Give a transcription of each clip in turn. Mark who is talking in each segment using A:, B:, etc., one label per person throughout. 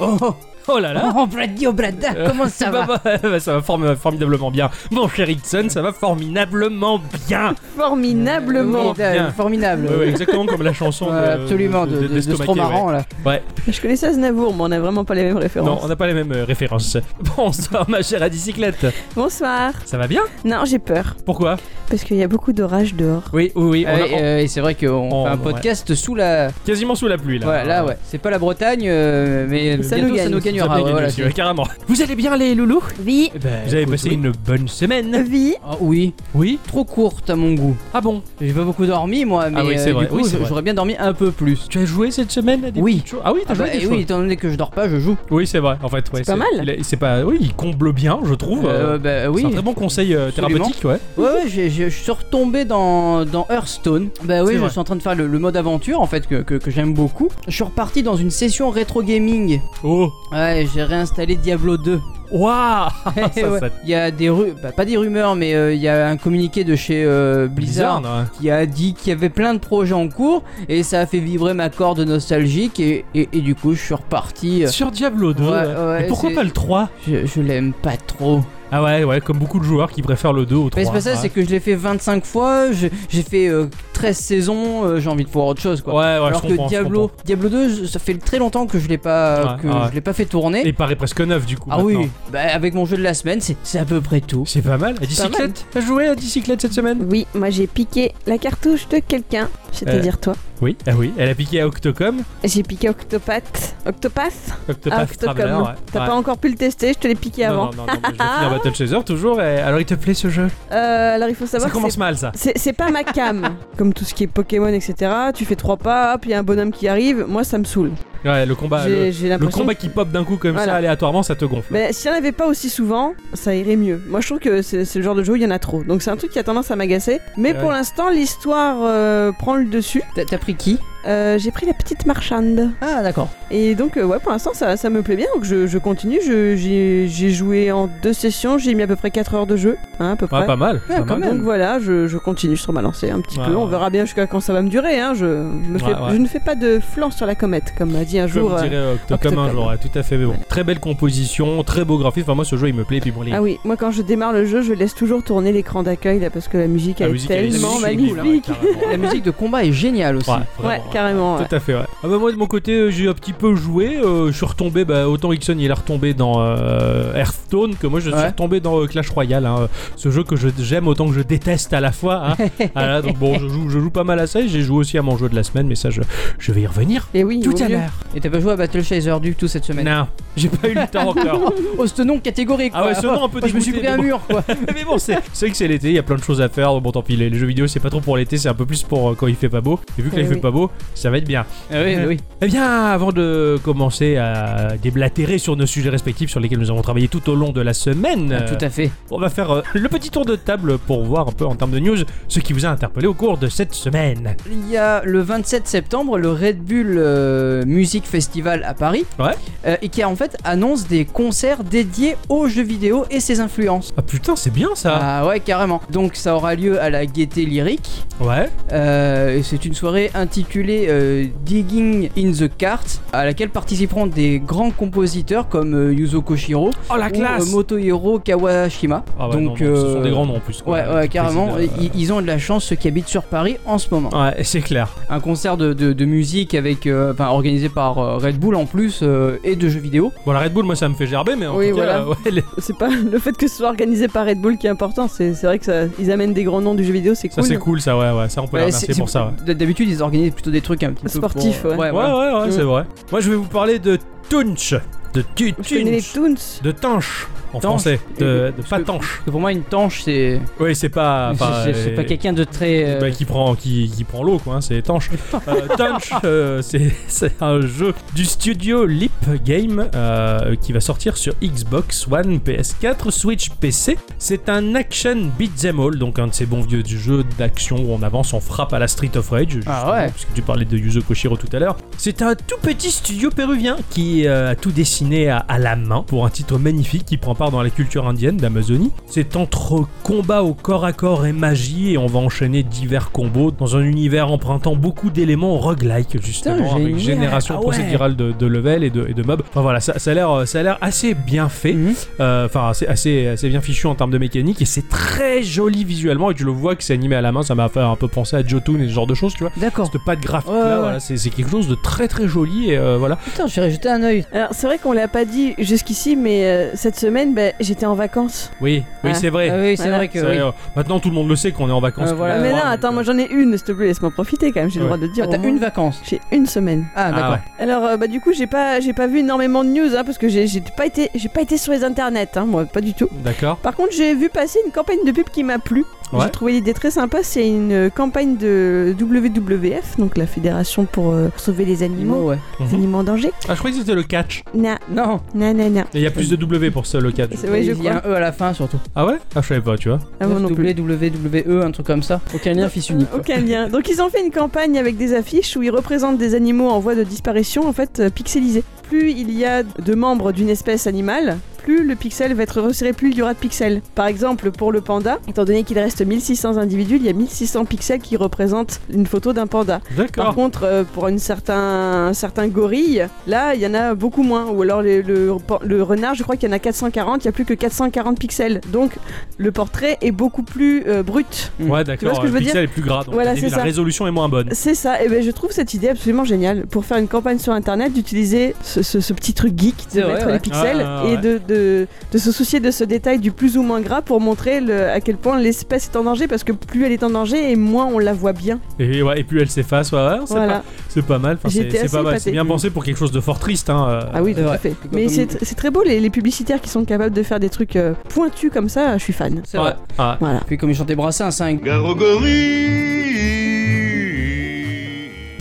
A: Oh, oh, oh là là
B: Oh, Brady, oh, Brada, comment ça
A: Bah,
B: va
A: bah, bah, Ça va form- formidablement bien. Mon cher Ixon, ça va formidablement bien.
B: Formidablement.
A: Euh, Bien.
B: Formidable. Formidable.
A: Ouais, ouais, exactement comme la chanson.
B: Ouais,
A: euh, de-
B: absolument, de, de, de
A: d'Estomaquet,
B: Stromaran, là.
A: ouais. Ouais.
C: Je connaissais Aznavour, mais on a vraiment pas les mêmes
A: Non,
C: références.
A: on n'a pas les mêmes euh, références. Bonsoir, ma chère à bicyclette.
C: Bonsoir.
A: Ça va bien
C: Non, j'ai peur.
A: Pourquoi
C: Parce qu'il y a beaucoup d'orages dehors.
A: Oui, oui, oui. On
B: Ouais,
A: a-
B: euh, et c'est vrai qu'on
A: on-
B: fait un
A: ouais.
B: podcast sous la.
A: on- Quasiment sous la pluie là.
B: Voilà, là, ouais. C'est pas la Bretagne, euh, mais
C: Ça
B: bientôt
C: nous
B: ça
C: gagne.
B: nous
A: Ça
B: gagnera.
A: plaît,
B: ouais, voilà,
A: aussi,
B: c'est-
A: ouais, carrément. Vous allez bien les loulous
C: Vie.
A: Eh ben, Vous avez
B: écoute,
A: passé
B: oui.
A: une bonne semaine
C: Vie.
B: Ah oui,
A: Oui.
B: trop courte à mon goût.
A: Ah bon
B: J'ai pas beaucoup dormi moi, mais
A: Ah oui, c'est
B: euh,
A: vrai,
B: du coup
A: oui, c'est
B: j-
A: vrai.
B: j'aurais bien dormi un peu plus.
A: Tu as joué cette semaine à des
B: Oui.
A: petites choses Ah oui, t'as
B: Ah
A: joué
B: bah,
A: à des
B: eh oui,
A: choses.
B: étant donné que je dors pas, je joue.
A: Oui, c'est vrai. En fait, ouais,
C: C'est pas mal.
A: il est- C'est pas. Oui, il comble bien, je trouve.
B: Euh, bah
A: C'est
B: oui.
A: un très bon conseil euh,
B: Absolument.
A: thérapeutique, ouais.
B: Ouais, ouais, j'ai- j'ai- je suis retombé dans, dans Hearthstone. Bah
A: C'est
B: oui, je
A: vrai.
B: suis en train de faire le, le mode aventure en fait que, que- que j'aime beaucoup. Je suis reparti dans une session rétro gaming.
A: Oh,
B: Ouais, j'ai réinstallé Diablo 2.
A: waouh
B: Eh
A: Ça,
B: ouais.
A: ça-
B: Il y a des ru- bah, pas des rumeurs, mais euh, il y a un communiqué de chez euh, Blizzard,
A: non
B: qui a dit qu'il y avait plein de projets en cours et ça a fait vibrer ma corde nostalgique et, et- et du coup je suis reparti. euh,
A: Sur Diablo 2,
B: Ouais,
A: ouais.
B: ouais,
A: Mais pourquoi
B: c'est-
A: pas le 3
B: Je, je l'aime pas trop.
A: Ah ouais, ouais, comme beaucoup de joueurs qui préfèrent le 2 au 3.
B: Mais c'est pas ça,
A: ouais.
B: c'est que je l'ai fait 25 fois, je- j'ai fait euh, 13 saisons, euh, j'ai envie de voir autre chose
A: Ouais,
B: quoi.
A: ouais,
B: Alors
A: je comprends.
B: que
A: je
B: Diablo,
A: comprends.
B: Diablo 2, ça fait très longtemps que je l'ai pas,
A: Ouais,
B: que
A: ouais.
B: je l'ai pas fait tourner.
A: Et il paraît presque neuf du coup.
B: ah
A: maintenant.
B: oui, bah, avec mon jeu de la semaine, c'est c'est à peu près tout.
A: C'est pas mal. La bicyclette T'as joué à la bicyclette cette semaine
C: Oui, moi j'ai piqué la cartouche de quelqu'un, c'est-à-dire toi.
A: Oui, ah oui. Elle a piqué à Octocom.
C: J'ai piqué Octopath. Octopath Ah,
A: Octopath
C: Octocom.
A: Traveler, ouais.
C: T'as
A: Ouais.
C: pas encore pu le tester, je te l'ai piqué
A: Non,
C: avant.
A: non, non, non, mais je vais finir Battle Chaser toujours. et- Alors il te plaît ce jeu
C: Euh, alors il faut
A: Ça
C: savoir que
A: commence
C: c'est-
A: mal ça.
C: c'est c'est pas ma cam. Comme tout ce qui est Pokémon, etc. Tu fais trois pas, hop, il y a un bonhomme qui arrive. Moi, ça me saoule.
A: Ouais, le combat.
C: J'ai-
A: Bah, Le...
C: J'ai
A: le
C: l'impression
A: combat qui pop d'un coup comme ça
C: Voilà.
A: aléatoirement, ça te gonfle.
C: Mais si y en avait pas aussi souvent, ça irait mieux. Moi, je trouve que c'est c'est le genre de jeu où il y en a trop. Donc, c'est un truc qui a tendance à m'agacer. Mais
A: Ouais.
C: pour l'instant, l'histoire euh, prend le dessus.
B: T'as t'as pris qui
C: Euh, J'ai pris la petite marchande.
B: Ah d'accord.
C: Et donc, euh, ouais, pour l'instant, ça, ça me plaît bien. Donc, je, je continue. Je- J'ai j'ai joué en deux sessions. J'ai mis à peu près 4 heures de jeu. Hein, à peu près.
A: Ouais, pas mal.
B: Ouais,
A: pas mal.
B: quand même.
C: donc voilà, je, je continue sur ma lancée un petit
A: Ouais,
C: peu. On
A: ouais.
C: verra bien jusqu'à quand ça va me durer. Hein. Je, me fais-
A: Ouais, ouais.
C: je ne fais pas de flanc sur la comète, comme a dit un jour.
A: Comme
C: euh,
A: dirait Octocom un
C: Octocom.
A: jour, ouais, tout à fait. mais bon.
C: Voilà.
A: Très belle composition, très beau graphisme. Enfin, moi, ce jeu, il me plaît. Et puis bon, les-
C: Ah oui, moi quand je démarre le jeu, je laisse toujours tourner l'écran d'accueil là parce que la musique
A: la
C: elle
A: musique,
C: est
A: elle est
C: tellement
B: sublime,
A: sublime, hein,
C: magnifique.
A: carrément.
B: La musique de combat est géniale aussi.
A: Ouais,
C: Ouais,
A: vraiment, ouais.
C: carrément. ouais.
A: Tout à fait, ouais. Ah bah moi de mon côté, euh, j'ai un petit peu joué. euh, je suis retombé, bah, autant Ixon il est retombé dans euh, Hearthstone que moi je suis
B: Ouais.
A: retombé dans euh, Clash Royale. hein, euh, ce jeu que je- j'aime autant que je déteste à la fois. hein. Ah là, donc bon, je joue, je joue pas mal à ça et j'ai joué aussi à mon jeu de la semaine, mais ça je, je vais y revenir.
C: Et oui,
A: Tout
C: au
A: à
C: mieux.
A: l'heure.
B: Et t'as pas joué à Battle Chaser du tout cette semaine
A: Non, j'ai pas eu le temps encore.
B: Oh ce nom catégorique
A: Ah ouais, ce nom un peu
B: Moi, Je me suis pris
A: dégoûté,
B: un
A: mais
B: mur quoi.
A: mais bon, c'est c'est vrai que c'est l'été, il y a plein de choses à faire. Bon, tant pis, les, les jeux vidéo c'est pas trop pour l'été, c'est un peu plus pour euh, quand il fait pas beau. Et vu que là
C: Eh
A: il fait
C: oui.
A: pas beau, ça va être bien.
B: Ah oui, oui.
A: Eh bien, avant de commencer à déblatérer sur nos sujets respectifs sur lesquels nous avons travaillé tout au long de la semaine,
B: Ah, tout à fait.
A: euh, on va faire euh, le petit tour de table pour voir un peu en termes de news ce qui vous a interpellé au cours de cette semaine.
B: Il y a le 27 septembre le Red Bull euh, Music Festival à Paris
A: Ouais.
B: Euh, et qui en fait annonce des concerts dédiés aux jeux vidéo et ses influences.
A: Ah putain, c'est bien ça
B: Ah ouais carrément. Donc ça aura lieu à la Gaieté Lyrique.
A: Ouais,
B: Euh, et c'est une soirée intitulée euh, Digging in the Cart à laquelle participeront des grands compositeurs comme euh, Yuzo Koshiro
A: oh la
B: ou, euh,
A: classe
B: Motohiro Kawashima.
A: Ah ouais,
B: Donc
A: non, non, ce sont
B: euh,
A: des grands noms en plus. quoi.
B: Ouais, ouais,
A: Qui
B: carrément.
A: président,
B: Ils, ils ont de la chance ceux qui habitent sur Paris en ce moment.
A: euh, Ouais, c'est clair.
B: Un concert de, de- de musique avec, euh, enfin, organisé par euh, Red Bull en plus euh, et de jeux vidéo.
A: Bon, la Red Bull, moi, ça me fait gerber, mais en
C: Oui,
A: tout cas,
C: voilà.
A: euh, ouais, les-
C: C'est pas le fait que ce soit organisé par Red Bull qui est important. C'est c'est vrai que ça, ils amènent des grands noms du jeu vidéo, c'est
A: ça
C: cool.
A: c'est cool, ça, ouais, ouais, ça on peut les
B: Ouais,
A: remercier
B: c'est-
A: pour ça. ouais.
B: d- D'habitude, ils organisent plutôt des trucs un petit
C: Sportifs,
B: peu. pour-
C: ouais.
A: Ouais,
B: voilà.
A: ouais, ouais,
C: Mm.
A: c'est vrai. Moi, je vais vous parler de Tunch. De tu-
C: Je connais les
A: Tunch.
C: Toons.
A: De Tanche, en
B: Tanche.
A: français. De, de pas
B: que-
A: Tanche.
B: Parce que pour moi, une tanche, c'est.
A: Oui, c'est pas. enfin,
B: c'est- c'est c'est
A: euh,
B: pas quelqu'un de très. euh,
A: bah, qui prend, qui, qui prend l'eau, quoi, hein, c'est étanche. Euh, Tanch, euh, c'est c'est un jeu du studio Leap Game euh, qui va sortir sur Xbox One, PS4, Switch, PC. C'est un action beat'em all, donc un de ces bons vieux jeux d'action où on avance, on frappe à la Street of Rage.
B: Ah
A: justement,
B: ouais.
A: Parce que tu parlais de Yuzo Koshiro tout à l'heure. C'est un tout petit studio péruvien qui euh, a tout dessiné à, à la main pour un titre magnifique qui prend part dans la culture indienne d'Amazonie. C'est entre combat au corps à corps et magie, et on va enchaîner divers combos dans un univers empruntant beaucoup d'éléments roguelike, justement,
B: Putain,
A: avec
B: génial.
A: génération
B: Ah ouais.
A: procédurale de, de level et de, et de mobs. Enfin voilà, ça, ça a l'air euh, ça a l'air assez bien fait.
B: Mhm.
A: Euh, enfin c'est assez, assez bien fichu en termes de mécanique et c'est très joli visuellement et tu le vois que c'est animé à la main ça m'a fait un peu penser à Jotun et ce genre de choses tu vois
B: D'accord.
A: cette patte graphique
B: Ouais,
A: là
B: ouais.
A: voilà, c'est c'est quelque chose de très très joli et euh, voilà
D: Putain, j'irai jeter un œil.
C: Alors, c'est vrai qu'on l'a pas dit jusqu'ici, mais euh, cette semaine, bah, j'étais en vacances.
A: oui oui
C: Ouais.
A: c'est vrai
D: Ah oui, c'est
C: Voilà.
D: vrai que.
A: C'est vrai,
D: oui.
A: euh, maintenant tout le monde le sait qu'on est en vacances
D: Euh,
A: qu'on
D: voilà.
A: a
D: Ah,
A: le
C: mais
A: droit,
C: non,
A: donc,
C: attends,
A: euh,
C: moi j'en ai une, s'il te plaît, laisse-moi profiter quand même, j'ai
A: Ouais.
C: le droit de le dire.
B: Ah, t'as
C: au moins.
B: une vacance.
C: J'ai une semaine.
B: Ah,
A: Ah,
B: d'accord.
A: ouais.
C: Alors, euh, bah, du coup, j'ai pas, j'ai pas vu énormément de news, hein, parce que j'ai j'ai pas, été- j'ai pas été sur les internets, hein, moi, pas du tout.
A: D'accord.
C: Par contre, j'ai vu passer une campagne de pub qui m'a plu.
A: Ouais.
C: J'ai trouvé l'idée très sympa. C'est une euh, campagne de WWF, donc la fédération pour euh, sauver les animaux,
B: ouais.
C: les animaux en danger.
A: Ah, je croyais que c'était le catch.
C: Na,
B: Non,
C: na, na, na.
A: Et il y a plus de W pour ça, le catch.
C: C'est vrai, je
B: il y a
C: crois.
B: un E à la fin surtout. E,
A: Ah ouais Ah, je savais pas, tu vois.
C: Ah, moi non plus.
D: WWE, un truc comme ça. Aucun lien, fils unique. quoi.
C: Aucun lien. Donc ils ont fait une campagne avec des affiches où ils représentent des animaux en voie de disparition, en fait euh, pixelisés. Plus il y a de membres d'une espèce animale, plus le pixel va être resserré, plus il y aura de pixels. Par exemple, pour le panda, étant donné qu'il reste 1600 individus, il y a 1600 pixels qui représentent une photo d'un panda. Par
A: D'accord.
C: contre, euh, pour une certain, un certain gorille, là, il y en a beaucoup moins. Ou alors les- le, le renard, je crois qu'il y en a 440, il n'y a plus que 440 pixels. Donc le portrait est beaucoup plus euh, brut.
A: Ouais,
C: Tu vois
A: d'accord.
C: ce que je
A: Le
C: veux
A: pixel est plus gras. donc
C: Voilà,
A: à la
C: c'est
A: limite, la
C: ça.
A: résolution est moins bonne.
C: C'est ça, et ben je trouve cette idée absolument géniale pour faire une campagne sur internet d'utiliser ce, ce- ce petit truc geek
D: C'est
C: de
D: vrai,
C: mettre
D: ouais.
C: les pixels
A: Ouais, ouais, ouais.
C: et de, de, de se soucier de ce détail du plus ou moins gras pour montrer le- à quel point l'espèce est en danger parce que plus elle est en danger et moins on la voit bien.
A: Et, ouais, et plus elle s'efface, ouais, ouais, c'est
C: Voilà.
A: pas, c'est pas mal. Enfin, c'est,
C: J'étais
A: c'est
C: assez
A: pas mal. C'est
C: épatée.
A: bien pensé pour quelque chose de fort triste. Hein. euh,
C: Ah oui, tout
D: c'est vrai.
C: à fait.
D: comme-
C: Mais c'est tr- c'est très beau les, les publicitaires qui sont capables de faire des trucs euh, pointus comme ça, je suis fan.
D: C'est
A: ouais, Ah,
D: vrai.
A: ouais.
C: Voilà.
B: Puis comme il chantait Brassens, hein,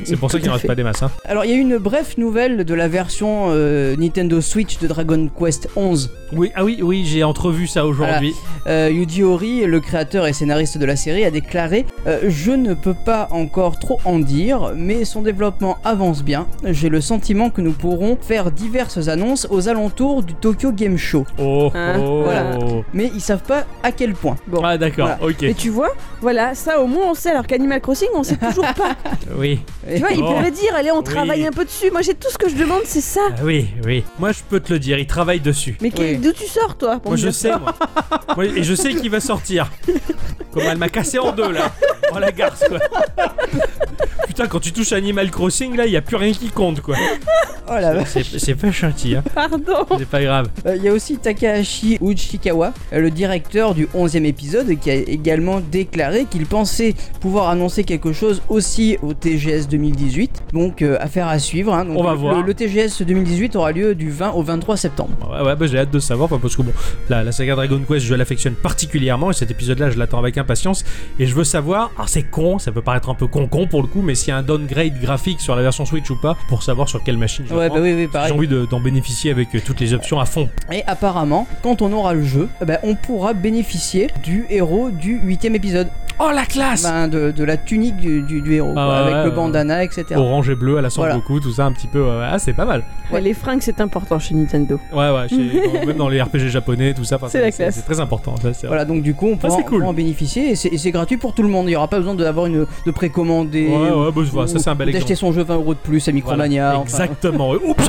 A: C'est pour ça
C: Tout
A: qu'il
C: à
A: en reste
C: fait.
A: pas des masses. hein.
B: Alors il y a eu une brève nouvelle de la version euh, Nintendo Switch de Dragon Quest 11.
A: Oui, ah oui, oui, j'ai entrevu ça aujourd'hui.
B: Euh, Yuji Horii, le créateur et scénariste de la série, a déclaré euh, Je ne peux pas encore trop en dire, mais son développement avance bien. J'ai le sentiment que nous pourrons faire diverses annonces aux alentours du Tokyo Game Show.
A: Oh,
C: Hein,
A: oh.
B: voilà. Mais ils savent pas à quel point.
C: Bon.
A: Ah d'accord,
C: Et
A: ok.
C: tu vois, voilà, ça au moins on sait, alors qu'Animal Crossing on sait toujours pas.
A: Oui.
C: tu vois, ils
A: Bon.
C: pourraient dire, allez, on travaille
A: Oui.
C: un peu dessus. Moi j'ai tout ce que je demande, c'est ça.
A: Ah oui, oui. Moi je peux te le dire, il travaille dessus.
C: Mais que-
B: Oui.
C: d'où tu sors toi pour
A: Moi
C: me
A: je
C: dire
A: sais, moi. Moi, Et je sais qu'il va sortir. Comment elle m'a cassé en deux là. Oh la garce quoi. Putain, quand tu touches Animal Crossing là, il y a plus rien qui compte quoi.
B: Oh la vache.
A: C'est c'est pas gentil, hein.
C: Pardon
A: C'est pas grave.
B: Euh, Il y a aussi Takahashi Uchikawa, euh, le directeur du 11e épisode, qui a également déclaré qu'il pensait pouvoir annoncer quelque chose aussi au TGS 2018. Donc, euh, affaire à suivre. hein. Donc,
A: On va
B: le-
A: voir.
B: Le, le TGS 2018 aura lieu du 20 au 23 septembre.
A: Ouais, ouais, bah, j'ai hâte de savoir, enfin, parce que bon, la, la saga Dragon Quest, je l'affectionne particulièrement, et cet épisode-là, je l'attends avec impatience, et je veux savoir, alors c'est con, ça peut paraître un peu con-con pour le coup, mais s'il y a un downgrade graphique sur la version Switch ou pas, pour savoir sur quelle machine je
B: Ouais,
A: prends.
B: bah oui, oui,
A: J'ai
B: pareil.
A: envie de- d'en bénéficier avec euh, toutes les options à fond.
B: Et apparemment, quand on aura le jeu, eh ben, on pourra bénéficier du héros du 8e épisode.
A: Oh la classe
B: Ben, de, de la tunique du, du- du héros,
A: Ah
B: quoi,
A: ouais,
B: avec
A: ouais,
B: le
A: ouais.
B: bandana, etc.
A: Orange et bleu à la Sangoku, tout ça un petit peu. euh, ah, c'est pas mal.
C: Ouais, Les fringues c'est important chez Nintendo.
A: Ouais, ouais, chez- dans- même dans les RPG japonais, tout ça. enfin,
C: C'est la classe.
A: C'est très important. Ça, c'est-
B: Voilà, donc du coup, on pourra,
A: Ah, c'est
B: on
A: cool.
B: pourra en bénéficier et c'est- et c'est gratuit pour tout le monde. Il n'y aura pas besoin d'avoir une de précommander.
A: Ouais,
B: ou-
A: ouais, bah, voilà, ça
B: ou-
A: c'est un bel
B: ou D'acheter
A: exemple.
B: son jeu 20 euros de plus à
A: Voilà,
B: Micromania. enfin.
A: Exactement. Oups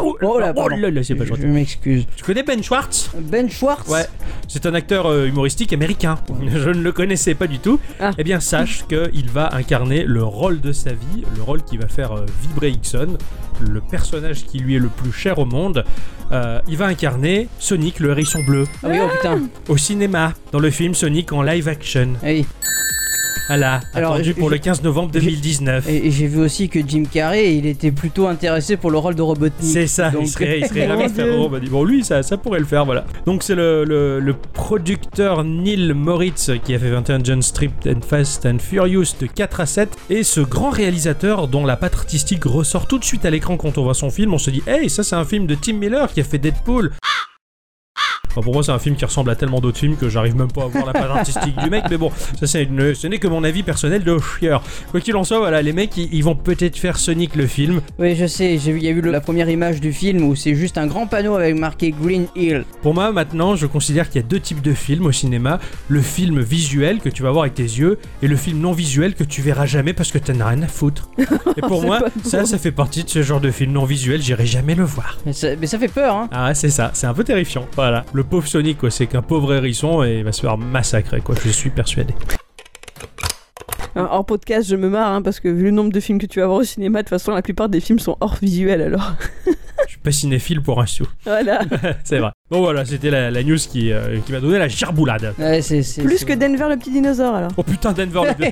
A: Oh,
B: Oh là, pardon.
A: là là, c'est pas
B: Je,
A: gentil.
B: je m'excuse.
A: Tu connais Ben Schwartz
B: Ben Schwartz.
A: ben, Ouais. C'est un acteur euh, humoristique américain. Je ne le connaissais pas du tout.
C: Ah.
A: Eh bien, sache qu'il va incarner le rôle de sa vie, le rôle qui va faire euh, vibrer Ixon, le personnage qui lui est le plus cher au monde. Euh, il va incarner Sonic le hérisson bleu
B: Ah oui, oh putain.
A: au cinéma, dans le film Sonic en live action.
B: Ah oui.
A: Voilà,
B: Alors,
A: attendu
B: je-
A: pour
B: je-
A: le 15 novembre
B: je-
A: 2019.
B: eh, Et, et j'ai vu aussi que Jim Carrey, il était plutôt intéressé pour le rôle de Robotnik.
A: C'est ça,
B: Donc-
A: il serait, il serait ravi de
C: Mon
A: faire
C: Dieu.
A: bon, on m'a dit, bon, lui, ça, ça pourrait le faire, voilà. Donc, c'est le, le- le producteur Neil Moritz qui a fait 21 John Stripped and Fast and Furious de 4 à 7. Et ce grand réalisateur dont la patte artistique ressort tout de suite à l'écran quand on voit son film, on se dit, hey, ça, c'est un film de Tim Miller qui a fait Deadpool. Enfin, pour moi, c'est un film qui ressemble à tellement d'autres films que j'arrive même pas à voir la page artistique du mec. Mais bon, ça, c'est une- ce n'est que mon avis personnel de chieur. Quoi qu'il en soit, voilà, les mecs, ils, ils vont peut-être faire Sonic le film.
B: Oui, je sais, j'ai vu- il y a eu le- la première image du film où c'est juste un grand panneau avec marqué Green Hill.
A: Pour moi, maintenant, je considère qu'il y a deux types de films au cinéma le film visuel que tu vas voir avec tes yeux et le film non visuel que tu verras jamais parce que t'en as rien à foutre. Et pour
C: C'est
A: moi,
C: pas
A: ça,
C: drôle.
A: ça fait partie de ce genre de film non visuel, j'irai jamais le voir.
B: Mais ça, mais ça fait peur, hein.
A: Ah, c'est ça, c'est un peu terrifiant. Voilà, le pauvre Sonic, quoi, c'est qu'un pauvre hérisson et il va se faire massacrer, quoi, je suis persuadé.
C: Hein, Hors podcast, je me marre hein, parce que vu le nombre de films que tu vas voir au cinéma, de toute façon, la plupart des films sont hors visuel alors.
A: Je suis pas cinéphile pour un sou,
C: Voilà.
A: c'est vrai. Bon, voilà, c'était la, la news qui, euh, qui m'a donné la gerboulade.
B: Ouais, c'est, c'est-
C: Plus
B: c'est
C: que
B: vrai.
C: Denver le petit dinosaure alors.
A: Oh putain, Denver, le,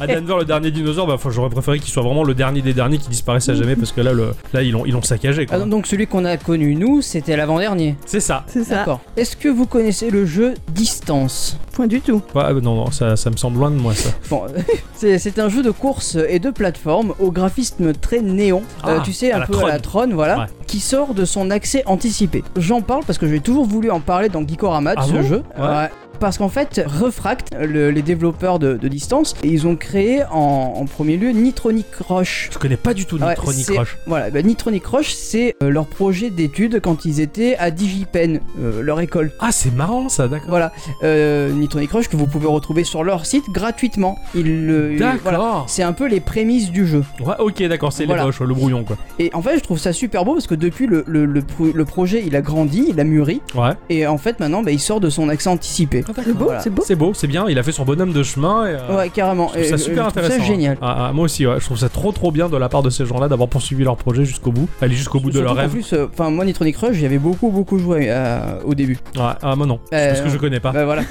A: à Denver, le dernier dinosaure, bah, enfin, j'aurais préféré qu'il soit vraiment le dernier des derniers qui disparaisse à jamais parce que là, le, là ils l'ont ils l'ont saccagé,
B: Ah,
A: quoi.
B: donc celui qu'on a connu nous, c'était l'avant-dernier.
A: C'est ça.
C: C'est ça.
B: D'accord. Est-ce que vous connaissez le jeu Distance
C: Point du tout.
A: Pas- euh, non, non, ça, ça me semble loin de moi, ça.
B: Bon, c'est c'est un jeu de course et de plateforme au graphisme très néon. Euh,
A: Ah,
B: tu sais,
A: à
B: un
A: la
B: peu à la Tron, voilà,
A: Ouais.
B: qui sort de son accès anticipé. J'en parle parce que j'ai toujours voulu en parler dans Geekorama de
A: Ah
B: ce
A: bon
B: jeu.
A: Ouais.
B: Parce qu'en fait, Refract, le- les développeurs de, de Distance, ils ont créé en, en premier lieu Nitronic Rush.
A: Je connais pas du tout
B: Ouais,
A: Nitronic
B: c'est-
A: Rush.
B: Voilà, bah, Nitronic Rush, c'est euh, leur projet d'études quand ils étaient à DigiPen, euh, leur école.
A: Ah, c'est marrant, ça, d'accord.
B: Voilà, euh, Nitronic Rush que vous pouvez retrouver sur leur site gratuitement. Ils le, Euh, voilà.
A: D'accord.
B: C'est un peu les prémices du jeu.
A: Ouais, ok, d'accord, c'est
B: Voilà.
A: les roches, le brouillon, quoi.
B: Et en fait, je trouve ça super beau parce que depuis le, le, le pro- le projet, il a grandi, il a mûri.
A: Ouais.
B: Et en fait, maintenant, bah, il sort de son accès anticipé.
A: Ah,
C: C'est beau,
B: Voilà.
C: c'est beau.
A: C'est beau, c'est bien, il a fait son bonhomme de chemin. Et, euh,
B: Ouais, carrément.
A: Je trouve ça super
B: Et, euh, je trouve
A: intéressant.
B: ça génial.
A: Ah, ah, moi aussi, ouais, je trouve ça trop trop bien de la part de ces gens-là d'avoir poursuivi leur projet jusqu'au bout, aller jusqu'au bout de
B: Surtout
A: leur
B: qu'en
A: rêve.
B: plus, euh, enfin, moi, Nitronic Rush, j'avais beaucoup, beaucoup joué euh, au début.
A: Ouais, ah, moi non,
B: Euh,
A: parce que je connais pas
B: Bah voilà.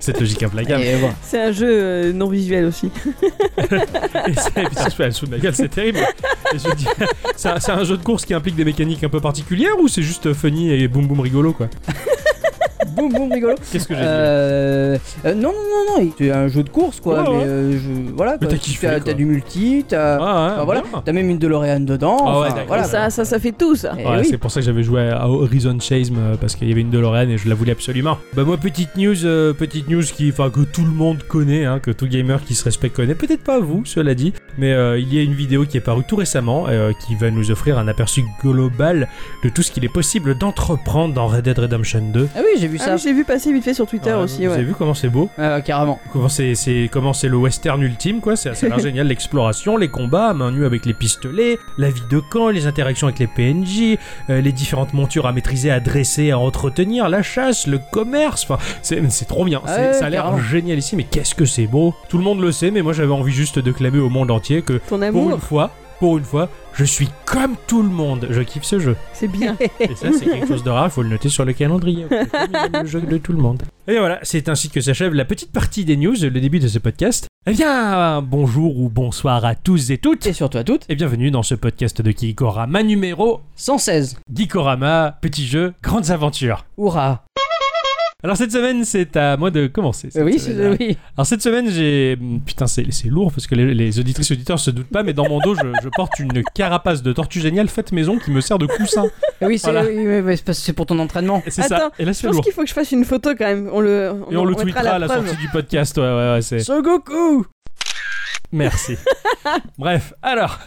A: cette logique implacable.
B: Et voilà.
C: C'est un jeu euh, non visuel aussi.
A: Et c'est- et puis ça se fait sous de ma gueule, c'est terrible. Et je dis, c'est un- c'est un jeu de course qui implique des mécaniques un peu particulières ou c'est juste funny et boum boum rigolo quoi
B: boum, boum, rigolo.
A: Qu'est-ce que j'ai dit là
B: Euh, euh, non, non, non, non. C'est un jeu de course, quoi.
A: Ouais,
B: mais
A: ouais.
B: euh, je- voilà. quoi.
A: t'as kiffé,
B: T'as
A: quoi.
B: t'as du multi, t'as.
A: Ah, ouais,
B: enfin, bah voilà.
A: bien.
B: T'as même une DeLorean dedans.
A: Ah ouais,
B: enfin,
A: d'accord.
B: voilà.
C: Ça, ça, ça fait tout ça.
B: Eh
A: Ouais,
B: oui.
A: C'est pour ça que j'avais joué à Horizon Chase euh, parce qu'il y avait une DeLorean et je la voulais absolument. Bah moi petite news, euh, petite news qui, enfin que tout le monde connaît, hein, que tout gamer qui se respecte connaît, peut-être pas vous, cela dit, mais euh, il y a une vidéo qui est parue tout récemment euh, qui va nous offrir un aperçu global de tout ce qu'il est possible d'entreprendre dans Red Dead Redemption 2.
B: Ah oui, j'ai vu
C: Ah
B: ça.
C: oui, j'ai vu passer vite fait sur Twitter
A: Ouais,
C: aussi.
A: vous
C: Ouais.
A: avez vu comment c'est beau
B: Ah, carrément.
A: Comment c'est, c'est- comment c'est le western ultime, quoi. C'est assez génial. L'exploration, les combats, à main nue avec les pistolets, la vie de camp, les interactions avec les PNJ, euh, les différentes montures à maîtriser, à dresser, à entretenir, la chasse, le commerce. Enfin, c'est, mais c'est trop bien.
B: Ah
A: C'est-
B: ouais,
A: ça a l'air
B: carrément.
A: génial ici, mais qu'est-ce que c'est beau. Tout le monde le sait, mais moi j'avais envie juste de clamer au monde entier que
C: Ton
A: pour
C: amour,
A: une fois, pour une fois, je suis comme tout le monde. Je kiffe ce jeu.
C: c'est bien.
A: Et ça, c'est quelque chose de rare, il faut le noter sur le calendrier. le jeu de tout le monde. Et voilà, c'est ainsi que s'achève la petite partie des news, le début de ce podcast. Eh bien, bonjour ou bonsoir à tous et toutes,
B: Et sur toi toutes,
A: et bienvenue dans ce podcast de Geekorama numéro
B: 116.
A: Geekorama, petits jeux, grandes aventures.
B: Hurrah
A: Alors cette semaine, c'est à moi de commencer. cette
B: Euh, Oui,
A: semaine.
B: c'est- oui.
A: Alors cette semaine, j'ai... Putain, c'est c'est lourd parce que les, les auditrices et auditeurs se doutent pas, mais dans mon dos, je, je porte une carapace de tortue géniale faite maison qui me sert de coussin.
B: Ah Oui, c'est
A: Voilà.
B: oui, oui, oui, c'est parce que c'est pour ton entraînement.
A: Et C'est ça.
C: Attends,
A: Et là,
C: Je
A: c'est
C: pense
A: lourd.
C: qu'il faut que je fasse une photo quand même. On le,
A: Et on le
C: mettra
A: tweetera à la
C: preuve.
A: sortie du podcast. Ouais, ouais, ouais, c'est.
B: Sogoku
A: Merci. Bref, alors,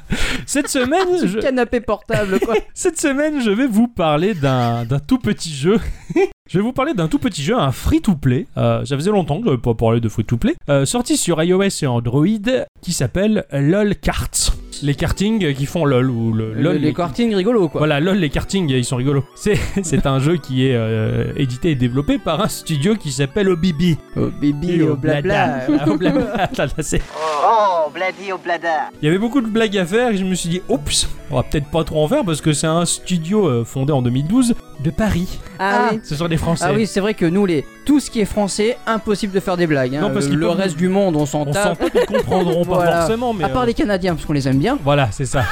A: cette semaine, je,
B: Canapé portable, quoi.
A: cette semaine, je vais vous parler d'un d'un tout petit jeu. Je vais vous parler d'un tout petit jeu, un free-to-play. Euh, ça faisait longtemps que je n'avais pas parlé de free-to-play. Euh, sorti sur iOS et Android, qui s'appelle LOL Karts. Les kartings qui font LOL ou le
B: Le-
A: LOL.
B: les kartings rigolos, quoi.
A: Voilà, LOL, les kartings, ils sont rigolos. C'est c'est un jeu qui est euh, édité et développé par un studio qui s'appelle OBB.
B: Oh, baby, oh, blabla.
A: Voilà, au blabla. Ah Là, là, c'est-
E: Oh, bladi au blada.
A: Il y avait beaucoup de blagues à faire et je me suis dit, oups, on va peut-être pas trop en faire parce que c'est un studio euh, fondé en 2012 de Paris.
C: Ah,
B: Ah.
C: oui.
A: Ce sont des Français.
B: Ah oui, c'est vrai que nous, les tout ce qui est français, impossible de faire des blagues. hein.
A: Non, parce
B: le,
A: qu'ils
B: le
A: peuvent-
B: reste du monde, on s'en
A: on sent
B: tape.
A: pas qu'ils comprendront pas
B: Voilà.
A: forcément, mais.
B: À part
A: euh,
B: les Canadiens, parce qu'on les aime bien.
A: Voilà, c'est ça.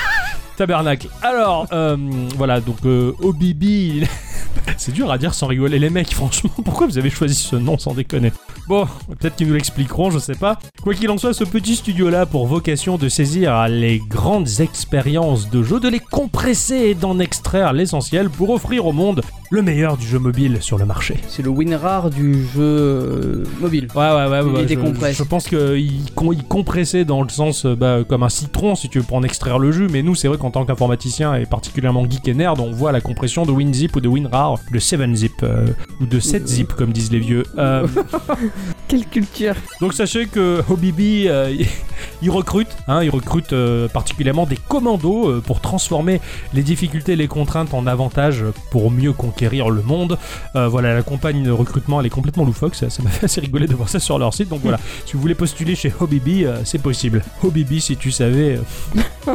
A: Tabernacle. Alors, euh, voilà, donc euh, OBB. il- C'est dur à dire sans rigoler les mecs, franchement. Pourquoi vous avez choisi ce nom sans déconner Bon, peut-être qu'ils nous l'expliqueront, je sais pas. Quoi qu'il en soit, ce petit studio-là a pour vocation de saisir les grandes expériences de jeu, de les compresser et d'en extraire l'essentiel pour offrir au monde le meilleur du jeu mobile sur le marché.
B: C'est le win rare du jeu euh, mobile.
A: Ouais, ouais, ouais.
B: Il
A: ouais,
B: les
A: je-
B: décompresse.
A: Je, pense qu'il compressait dans le sens euh, bah, comme un citron, si tu veux, pour en extraire le jus. Mais nous, c'est vrai qu'en tant qu'informaticien et particulièrement geek et nerd, on voit la compression de WinZip ou de WinRAR, de 7-Zip, euh, ou de 7-Zip, comme disent les vieux. Euh,
C: Quelle culture
A: donc sachez que Hobibi, euh, il recrute, hein, il recrute euh, particulièrement des commandos euh, pour transformer les difficultés et les contraintes en avantages pour mieux conquérir le monde. Euh, voilà, la campagne de recrutement, elle est complètement loufoque, ça ça m'a fait assez rigoler de voir ça sur leur site. Donc voilà, si vous voulez postuler chez Hobibi, euh, c'est possible. Hobibi, si tu savais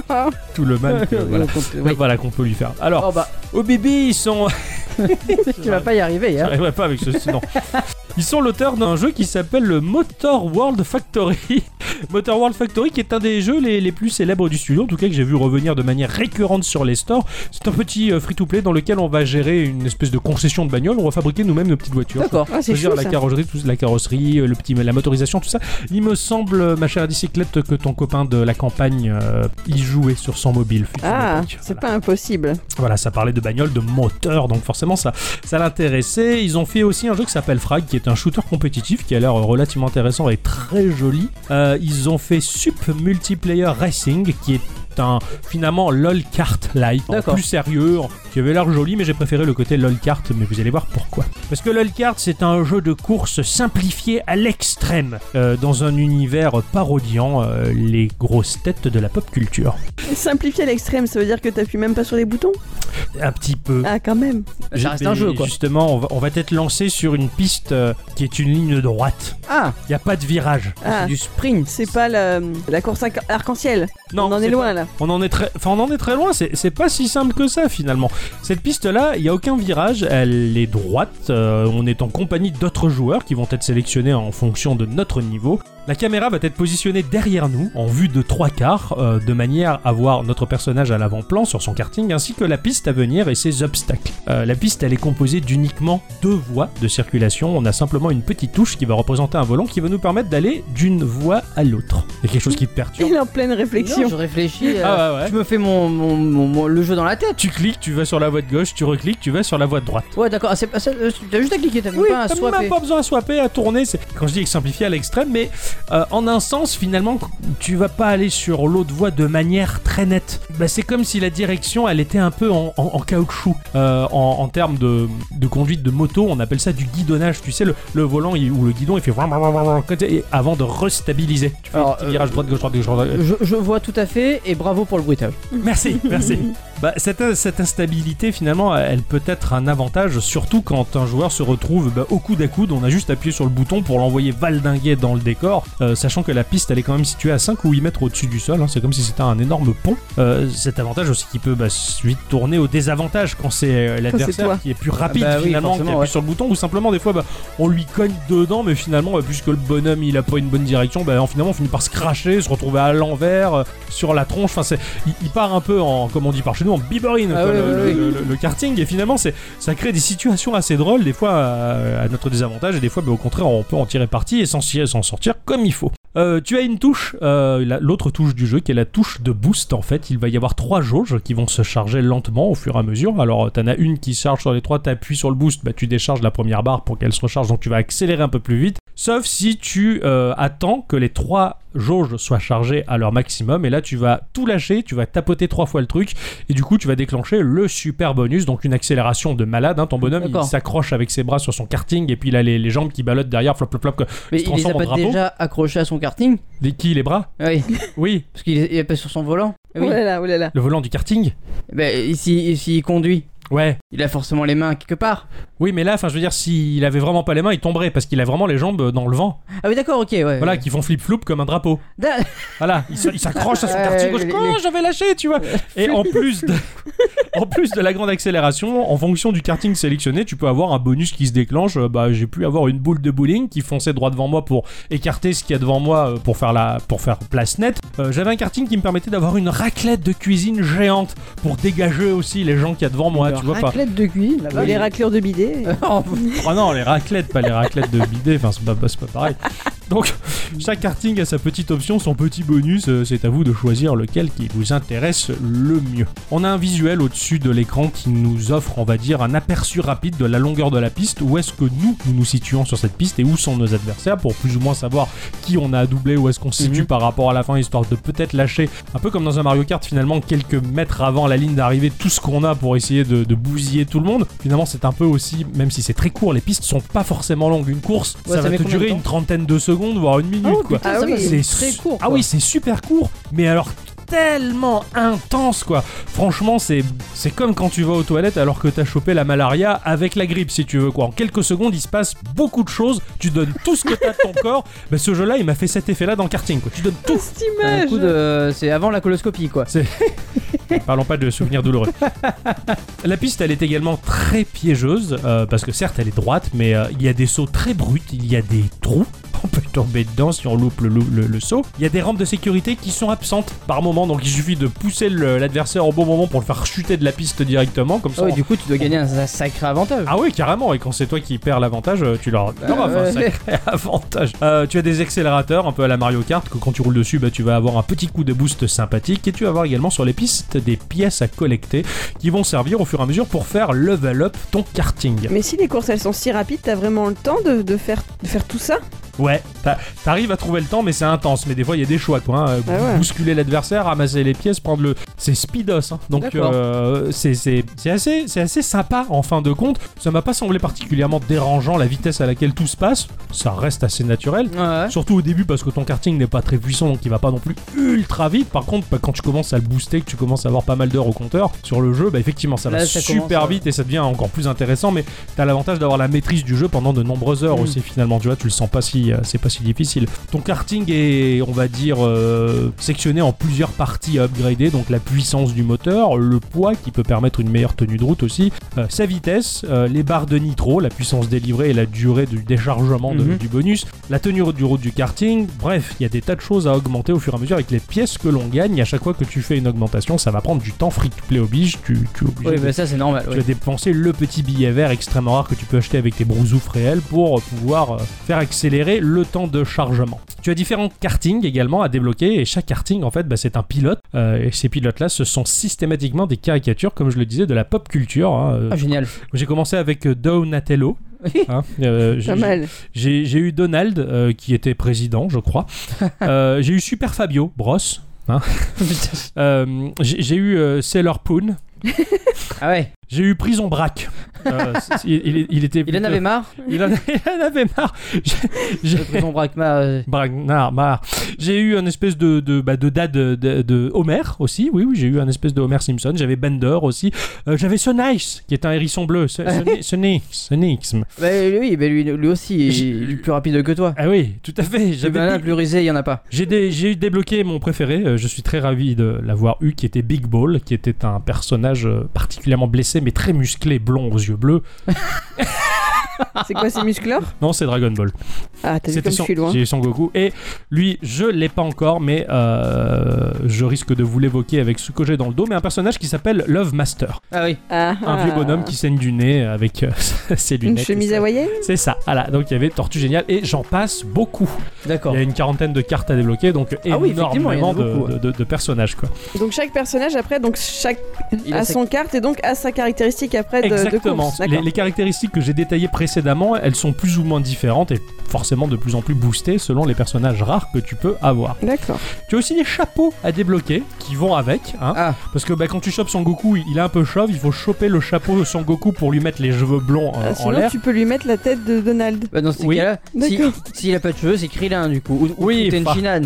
A: euh, tout le mal que, voilà,
B: euh, Oui.
A: voilà, qu'on peut lui faire. Alors,
B: Oh bah,
A: Hobibi, ils sont...
D: tu vas pas y arriver, hein.
A: J'arriverai pas avec ce ce nom. Ils sont l'auteur d'un jeu qui s'appelle le Motor World Factory. Motor World Factory qui est un des jeux les, les plus célèbres du studio, en tout cas que j'ai vu revenir de manière récurrente sur les stores. C'est un petit euh, free-to-play dans lequel on va gérer une espèce de concession de bagnole, on va fabriquer nous-mêmes nos petites voitures.
B: d'accord.
C: Ah, c'est
A: C'est-à-dire
C: chaud,
A: la
C: ça.
A: carrosserie, tout, la carrosserie, euh, le petit, la motorisation, tout ça. Il me semble, euh, ma chère bicyclette, que ton copain de la campagne euh, y jouait sur son mobile. fut une
C: Ah,
A: époque.
C: c'est
A: Voilà.
C: pas impossible.
A: Voilà, ça parlait de bagnole, de moteur, donc forcément ça, ça l'intéressait. Ils ont fait aussi un jeu qui s'appelle Frag, qui est un shooter compétitif qui a l'air relativement intéressant et très joli. Euh, ils ont fait Sup Multiplayer Racing, qui est un finalement LOL kart like, en
D: D'accord.
A: plus sérieux, en- qui avait l'air joli, mais j'ai préféré le côté LOL kart, mais vous allez voir pourquoi. Parce que LOL kart c'est un jeu de course simplifié à l'extrême, euh, dans un univers parodiant euh, les grosses têtes de la pop culture.
C: Simplifier à l'extrême, ça veut dire que t'appuies même pas sur les boutons
A: Un petit peu.
C: Ah, quand même.
A: J'ai-
D: Ça reste un jeu, quoi.
A: Justement, on va, on va être lancé sur une piste euh, qui est une ligne droite.
D: Ah,
A: Il n'y a pas de virage.
C: Ah,
D: c'est du sprint.
C: c'est pas la, la course arc- arc-en-ciel. On en est,
A: c'est
C: loin, là.
A: pas- on, en est très, enfin, on en est très loin. C'est c'est pas si simple que ça finalement. Cette piste-là, il n'y a aucun virage. Elle est droite. euh, on est en compagnie d'autres joueurs qui vont être sélectionnés en fonction de notre niveau. La caméra va être positionnée derrière nous, en vue de trois quarts, euh, de manière à voir notre personnage à l'avant-plan sur son karting, ainsi que la piste à venir et ses obstacles. Euh, la piste, elle est composée d'uniquement deux voies de circulation. On a simplement une petite touche qui va représenter un volant qui va nous permettre d'aller d'une voie à l'autre. Il y a quelque chose qui te perturbe.
C: Il est en pleine réflexion.
D: Non, je réfléchis. euh,
A: Ah ouais, ouais.
D: Je me fais mon, mon- mon- mon- le jeu dans la tête.
A: Tu cliques, tu vas sur la voie de gauche, tu recliques, tu vas sur la voie de droite.
D: Ouais, d'accord. Ah, c'est pas ça. euh, T'as juste à cliquer, t'as même
A: Oui,
D: pas à
A: t'as même
D: swapper.
A: pas besoin à swapper, à tourner. c'est- Quand je dis simplifié à l'extrême, mais euh, en un sens, finalement, tu vas pas aller sur l'autre voie de manière très nette. Bah, c'est comme si la direction, elle était un peu en, en- en caoutchouc. Euh, en, en termes de, de conduite de moto, on appelle ça du guidonnage. Tu sais, le, le volant il- ou le guidon, il fait vroom, vroom, vroom, vroom, côté- et avant de restabiliser. Tu fais
D: Alors,
A: un petit
D: euh,
A: virage droite, gauche, droite, gauche, droite.
D: Je, je vois tout à fait et bravo pour le bruitage.
A: Merci, merci. Bah, cette, cette instabilité, finalement, euh, elle peut être un avantage, surtout quand un joueur se retrouve bah, au coude à coude. On a juste appuyé sur le bouton pour l'envoyer valdinguer dans le décor, euh, sachant que la piste, elle est quand même située à 5 ou 8 mètres au-dessus du sol. hein. C'est comme si c'était un énorme pont. Euh, cet avantage aussi qui peut bah, vite tourner au désavantage quand c'est euh,
C: toi.
A: l'adversaire qui est plus rapide,
D: bah oui,
A: finalement, qui
D: forcément,
A: appuie
D: ouais.
A: sur le bouton, ou simplement, des fois, bah, on lui cogne dedans, mais finalement, euh, puisque le bonhomme, il a pas une bonne direction, bah, finalement, on finit par se cracher, se retrouver à l'envers, euh, sur la tronche. Enfin, c'est il, il part un peu en, comme on dit par chez nous, en biberine,
D: Ah
A: quoi,
D: oui,
A: le,
D: oui,
A: le- le- le karting. Et finalement, c'est, ça crée des situations assez drôles, des fois euh, à, à notre désavantage, et des fois, bah, au contraire, on peut en tirer parti et s'en, s'en sortir comme il faut. Euh, tu as une touche, euh, la- l'autre touche du jeu qui est la touche de boost en fait. Il va y avoir trois jauges qui vont se charger lentement au fur et à mesure. Alors euh, t'en as une qui charge sur les trois, t'appuies sur le boost, bah, tu décharges la première barre pour qu'elle se recharge, donc tu vas accélérer un peu plus vite. Sauf si tu euh, attends que les trois jauges soient chargées à leur maximum, et là tu vas tout lâcher, tu vas tapoter trois fois le truc, et du coup tu vas déclencher le super bonus, donc une accélération de malade. hein. Ton bonhomme il
D: D'accord.
A: s'accroche avec ses bras sur son karting, et puis il a les, les jambes qui ballottent derrière, flop flop flop. que-
D: Mais
A: se
D: il les a
A: transforme en
D: pas
A: drapeau.
D: déjà accrochés à son karting Ah
A: Les qui les bras
D: Oui,
A: Oui,
D: parce qu'il est, il est pas sur son volant. Ah Oui.
C: Oh là là, oh là là.
A: le volant du karting
D: Bah, ici, ici, il conduit.
A: Ouais.
D: Il a forcément les mains quelque part.
A: Oui, mais là, enfin, je veux dire, s'il avait vraiment pas les mains, il tomberait parce qu'il a vraiment les jambes dans le vent.
D: Ah oui, d'accord, ok, ouais.
A: Voilà, qui font flip-flop comme un drapeau.
D: Da-
A: Voilà, il se- il s'accroche à son
D: Ouais,
A: quartier gauche.
D: les-
A: Quoi,
D: les-
A: je vais lâcher, tu vois. Et en plus, de, en plus de la grande accélération, en fonction du karting sélectionné, tu peux avoir un bonus qui se déclenche. Euh, Bah, j'ai pu avoir une boule de bowling qui fonçait droit devant moi pour écarter ce qu'il y a devant moi euh, pour faire la, pour faire place nette. Euh, J'avais un karting qui me permettait d'avoir une raclette de cuisine géante pour dégager aussi les gens qu'il y a devant moi.
D: Une
A: tu vois pas.
D: raclette de cuisine,
C: Et les raclures de bidet.
D: Oh,
A: bah, Ah non, les raclettes, pas les raclettes de bidet, enfin c'est pas, c'est pas pareil. Donc, Chaque karting a sa petite option, son petit bonus. euh, C'est à vous de choisir lequel qui vous intéresse le mieux. On a un visuel au-dessus de l'écran qui nous offre, on va dire, un aperçu rapide de la longueur de la piste, où est-ce que nous, nous nous situons sur cette piste et où sont nos adversaires pour plus ou moins savoir qui on a à doubler, où est-ce qu'on se situe
D: Mhm.
A: par rapport à la fin, histoire de peut-être lâcher, un peu comme dans un Mario Kart finalement, quelques mètres avant la ligne d'arrivée, tout ce qu'on a pour essayer de, de bousiller tout le monde. Finalement, c'est un peu aussi, même si c'est très court, les pistes sont pas forcément longues. Une course,
D: Ouais,
A: ça,
D: ça
A: va
D: met
A: te
D: combien de
A: durer
D: temps
A: une trentaine de secondes, voire une minute, quoi.
B: Putain, ça va,
C: Ah oui.
B: c'est
A: C'est
B: très
A: su-
B: court.
A: Ah
B: quoi.
A: oui, c'est super court, mais alors tellement intense quoi. Franchement, c'est c'est comme quand tu vas aux toilettes alors que t'as chopé la malaria avec la grippe si tu veux quoi. En quelques secondes, il se passe beaucoup de choses. Tu donnes tout ce que t'as de ton corps. Mais ce jeu-là, il m'a fait cet effet-là dans karting quoi. Tu donnes tout.
C: Cette
D: Un
C: image
D: coup de- C'est avant la coloscopie, quoi.
A: Parlons pas de souvenirs douloureux. la piste, elle est également très piégeuse, euh, parce que certes, elle est droite, mais euh, il y a des sauts très bruts, il y a des trous. On peut tomber dedans si on loupe le, lou- le- le saut. Il y a des rampes de sécurité qui sont absentes par moment, donc il suffit de pousser le- l'adversaire au bon moment pour le faire chuter de la piste directement, comme ça.
D: Ah
A: on-
D: oui, du coup, tu dois gagner un, un sacré avantage.
A: Ah oui, carrément, et quand c'est toi qui perds l'avantage, euh, tu leur leur offres un
D: ouais.
A: sacré avantage. Euh, tu as des accélérateurs, un peu à la Mario Kart, que quand tu roules dessus, bah, tu vas avoir un petit coup de boost sympathique, et tu vas avoir également sur les pistes des pièces à collecter qui vont servir au fur et à mesure pour faire level up ton karting.
C: Mais si les courses elles sont si rapides, t'as vraiment le temps de, de faire, de faire tout ça
A: Ouais, t'a- t'arrives à trouver le temps, mais c'est intense, mais des fois il y a des choix, quoi. hein. Euh,
C: Ah ouais.
A: Bousculer l'adversaire, ramasser les pièces, prendre le... C'est speedos, hein. donc
D: D'accord.
A: euh, c'est c'est- c'est assez, c'est assez sympa en fin de compte. Ça m'a pas semblé particulièrement dérangeant la vitesse à laquelle tout se passe, ça reste assez naturel.
D: Ouais, ouais.
A: Surtout au début parce que ton karting n'est pas très puissant donc il va pas non plus ultra vite. Par contre, bah, quand tu commences à le booster, que tu commences à avoir pas mal d'heures au compteur sur le jeu, bah effectivement ça va
D: Là, ça
A: super
D: commence, ouais.
A: vite et ça devient encore plus intéressant. Mais t'as l'avantage d'avoir la maîtrise du jeu pendant de nombreuses heures
D: Mm.
A: aussi finalement. Tu vois, tu le sens pas si euh, c'est pas si difficile. Ton karting est, on va dire, euh, sectionné en plusieurs parties à upgrader. Donc la puissance du moteur, le poids qui peut permettre une meilleure tenue de route aussi, euh, sa vitesse, euh, les barres de nitro, la puissance délivrée et la durée du déchargement de-
D: Mhm.
A: du bonus, la tenue du route du karting. Bref, il y a des tas de choses à augmenter au fur et à mesure avec les pièces que l'on gagne. Et à chaque fois que tu fais une augmentation, ça va prendre du temps. Free to play oblige, tu, tu es obligé
D: Oui,
A: de-
D: mais ça, c'est normal.
A: tu
D: oui.
A: vas dépenser le petit billet vert extrêmement rare que tu peux acheter avec tes bronzoufs réels pour pouvoir euh, faire accélérer le temps de chargement. Tu as différents kartings également à débloquer et chaque karting en fait bah, c'est un pilote Euh, et ces pilotes là ce sont systématiquement des caricatures comme je le disais de la pop culture. hein. Euh,
D: Ah, génial.
A: J'ai commencé avec euh, Donatello. hein. Euh, j'ai-
C: Pas mal.
A: j'ai j'ai eu Donald euh, qui était président je crois. Euh, j'ai eu Super Fabio Bros. hein. Euh, j'ai j'ai eu euh, Sailor Poon.
D: Ah ouais.
A: J'ai eu prison braque. Euh, c'est- il, il- il était.
D: Il en avait marre.
A: Il en, il en avait marre. J'ai-
D: Le
A: J'ai.
D: prison Brachma. euh,
A: Braque, marre, marre. J'ai eu un espèce de de, bah, de dad de, de- de Homer aussi. Oui, oui, j'ai eu un espèce de Homer Simpson. J'avais Bender aussi. Euh, J'avais Sonice qui est un hérisson bleu. So- Soni- Sonic, Sonic.
D: Bah, lui, bah, lui, lui aussi,
A: J'ai-
D: il est plus rapide que toi.
A: Ah oui, tout à fait.
D: J'avais
A: J'avais
D: un plus rusé, il y en a pas.
A: J'ai dé- j'ai débloqué mon préféré, euh, je suis très ravi de l'avoir eu, qui était Big Ball, qui était un personnage euh, particulièrement blessé mais très musclé, blond aux yeux bleus.
C: C'est quoi ces muscleurs
A: Non, c'est Dragon Ball.
C: Ah, t'as vu
A: C'était
C: comme je
A: Son-
C: suis loin.
A: J'ai eu Son Goku. Et lui, je l'ai pas encore, mais euh, je risque de vous l'évoquer avec ce que j'ai dans le dos. Mais un personnage qui s'appelle Love Master.
D: Ah oui.
C: Ah,
A: Un
C: ah.
A: vieux bonhomme qui saigne du nez avec euh, ses
C: Une
A: lunettes.
C: chemise
A: et ça.
C: hawaïenne
A: C'est ça. Voilà. Donc il y avait Tortue Géniale et j'en passe beaucoup. Il
D: D'accord.
A: y a une quarantaine de cartes à débloquer, donc
D: Ah oui, effectivement, il y en a
A: énormément de-
D: beaucoup,
A: de,
D: ouais.
A: de- de personnages quoi.
C: Donc chaque personnage après, donc chaque
D: Il
C: a
D: sa-
C: son carte et donc a sa caractéristique après de, de
A: Exactement.
C: course.
A: les,
C: D'accord.
A: les caractéristiques que j'ai détaillées précédemment, elles sont plus ou moins différentes et forcément de plus en plus boostées selon les personnages rares que tu peux avoir.
C: D'accord.
A: Tu as aussi des chapeaux à débloquer qui vont avec, hein,
D: Ah.
A: parce que bah, quand tu chopes Son Goku, il est un peu chauve, il faut choper le chapeau de Son Goku pour lui mettre les cheveux blonds euh,
C: Ah,
A: en
C: sinon,
A: l'air.
C: tu peux lui mettre la tête de Donald.
D: Bah, dans ces
A: Oui.
D: cas-là, si-
C: D'accord.
D: s'il a pas de cheveux, c'est Krillin du coup. Ou, ou
A: Oui,
D: ou
A: enfin.
D: Tenchinan.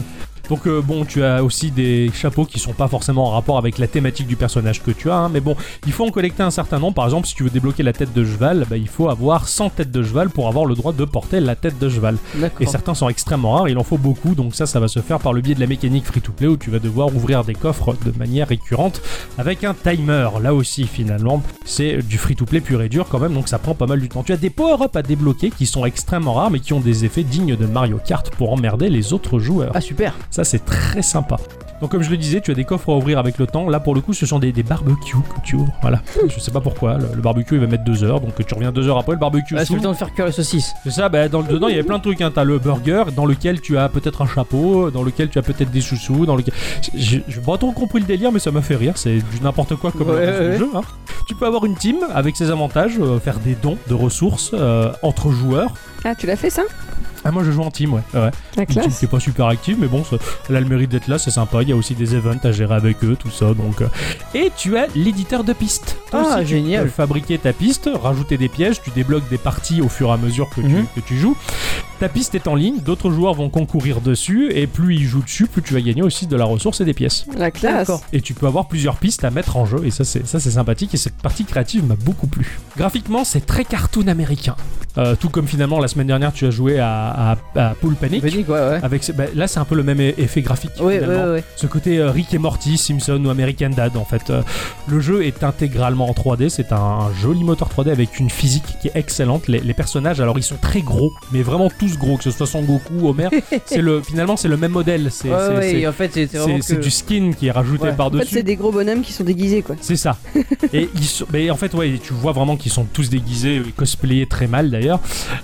A: Donc euh, bon, tu as aussi des chapeaux qui sont pas forcément en rapport avec la thématique du personnage que tu as, hein, mais bon, il faut en collecter un certain nombre. Par exemple, si tu veux débloquer la tête de cheval, bah, il faut avoir 100 têtes de cheval pour avoir le droit de porter la tête de cheval. Et
D: D'accord.
A: certains sont extrêmement rares, il en faut beaucoup, donc ça, ça va se faire par le biais de la mécanique free-to-play où tu vas devoir ouvrir des coffres de manière récurrente avec un timer. Là aussi, finalement, c'est du free-to-play pur et dur quand même, donc ça prend pas mal du temps. Tu as des power-up à débloquer qui sont extrêmement rares mais qui ont des effets dignes de Mario Kart pour emmerder les autres joueurs.
D: Ah super.
A: Ça, c'est très sympa. Donc comme je le disais, tu as des coffres à ouvrir avec le temps. Là pour le coup, ce sont des, des barbecues que tu ouvres. Voilà. je sais pas pourquoi. Le, le barbecue il va mettre deux heures, donc tu reviens deux heures après le barbecue.
D: Ah, c'est
A: s'ouvre.
D: le temps de faire cuire les saucisses.
A: C'est ça, bah, dans le dedans il y avait plein de trucs. Hein. T'as le burger dans lequel tu as peut-être un chapeau, dans lequel tu as peut-être des chouchous, dans lequel. Je n'ai pas trop compris le délire, mais ça m'a fait rire. C'est du n'importe quoi comme
D: Ouais,
A: euh,
D: ouais, ouais.
A: jeu. hein. Tu peux avoir une team avec ses avantages, euh, faire des dons de ressources euh, entre joueurs.
C: Ah, tu l'as fait ça
A: Ah, moi je joue en team, ouais. ouais.
C: La
A: Une team
C: classe
A: qui est pas super active, mais bon, ça- elle a le mérite d'être là, c'est sympa. Il y a aussi des events à gérer avec eux, tout ça. Donc, euh. et tu as l'éditeur de pistes. Toi aussi,
D: Ah,
A: tu
D: génial.
A: peux fabriquer ta piste, rajouter des pièges, tu débloques des parties au fur et à mesure que,
D: Mhm.
A: tu, que tu joues. Ta piste est en ligne, d'autres joueurs vont concourir dessus, et plus ils jouent dessus, plus tu vas gagner aussi de la ressource et des pièces.
C: La classe
D: D'accord.
A: Et tu peux avoir plusieurs pistes à mettre en jeu, et ça c'est ça c'est sympathique, et cette partie créative m'a beaucoup plu. Graphiquement, c'est très cartoon américain. Euh, tout comme finalement la semaine dernière, tu as joué à, à, à Pool Panic.
D: Vas-y, quoi, ouais.
A: Avec ce- bah, là, c'est un peu le même e- effet graphique.
D: Ouais, ouais,
A: finalement.
D: ouais.
A: Ce côté euh, Rick et Morty, Simpson ou American Dad, en fait. Euh, le jeu est intégralement en 3D. C'est un, un joli moteur 3D avec une physique qui est excellente. Les, les personnages, alors ils sont très gros, mais vraiment tous gros, que ce soit Son Goku, Homer. c'est le, finalement, c'est le même modèle. C'est
D: Ouais,
A: c'est-
D: ouais,
A: c'est-
D: et en fait, c'est c'est vraiment
A: c'est- c'est
D: que-
A: du skin qui est rajouté
D: Ouais. En fait,
C: En fait,
A: par-dessus.
C: c'est des gros bonhommes qui sont déguisés, quoi.
A: C'est ça. et ils sont- mais en fait, ouais, tu vois vraiment qu'ils sont tous déguisés, euh, cosplayés très mal d'ailleurs.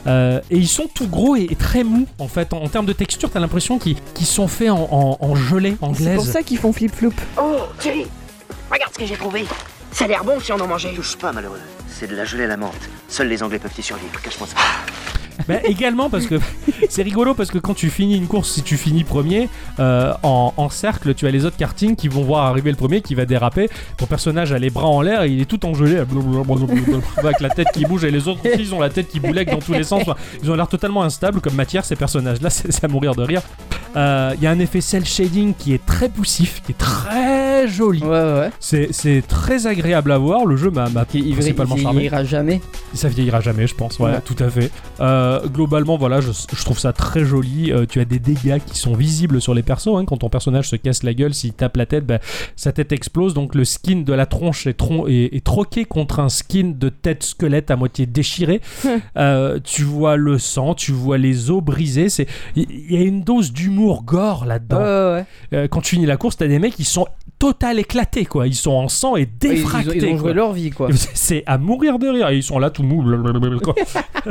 A: Euh, et ils sont tout gros et, et très mous. En fait, en, en termes de texture, t'as l'impression qu'ils qu'ils sont faits en, en- en gelée
C: C'est pour
A: anglaise.
C: ça qu'ils font flip-flop.
F: Oh, Thierry, regarde ce que j'ai trouvé. Ça a l'air bon si on en mangeait.
E: Touche pas, malheureux. C'est de la gelée à la menthe. Seuls les Anglais peuvent y survivre. Cache-moi ça.
A: Bah, également parce que c'est rigolo parce que quand tu finis une course, si tu finis premier euh, en, en cercle, tu as les autres kartings qui vont voir arriver le premier qui va déraper. Ton personnage a les bras en l'air, et il est tout engelé avec la tête qui bouge et les autres aussi, ils ont la tête qui bouleque dans tous les sens. Enfin, ils ont l'air totalement instables comme matière ces personnages-là, c'est c'est à mourir de rire. Euh, Il y a un effet cel shading qui est très poussif, qui est très joli.
D: Ouais, ouais. ouais.
A: C'est c'est très agréable à voir. Le jeu m'a m'a
D: Qui- Il
A: Bah, principalement
D: il- il
A: charmé.
D: ira jamais.
A: Ça vieillira jamais, je pense. Ouais,
D: Ouais.
A: tout à fait. Euh, globalement, voilà, je, je trouve ça très joli. Euh, tu as des dégâts qui sont visibles sur les persos. hein. Quand ton personnage se casse la gueule, s'il tape la tête, bah, sa tête explose. Donc le skin de la tronche est, tron- est- est troqué contre un skin de tête squelette à moitié déchiré. Euh, tu vois le sang, tu vois les os brisés. C'est- Il il y a une dose d'humour gore
D: Ouais,
A: là-dedans.
D: ouais, ouais.
A: Euh, quand tu finis la course, t'as des mecs qui sont total éclatés, quoi. Ils sont en sang et
D: Ils- ils ont-
A: défractés.
D: Ils ont
A: quoi.
D: joué leur vie, quoi.
A: C'est à mourir de rire. Et ils sont là tout mous. blablabla, quoi.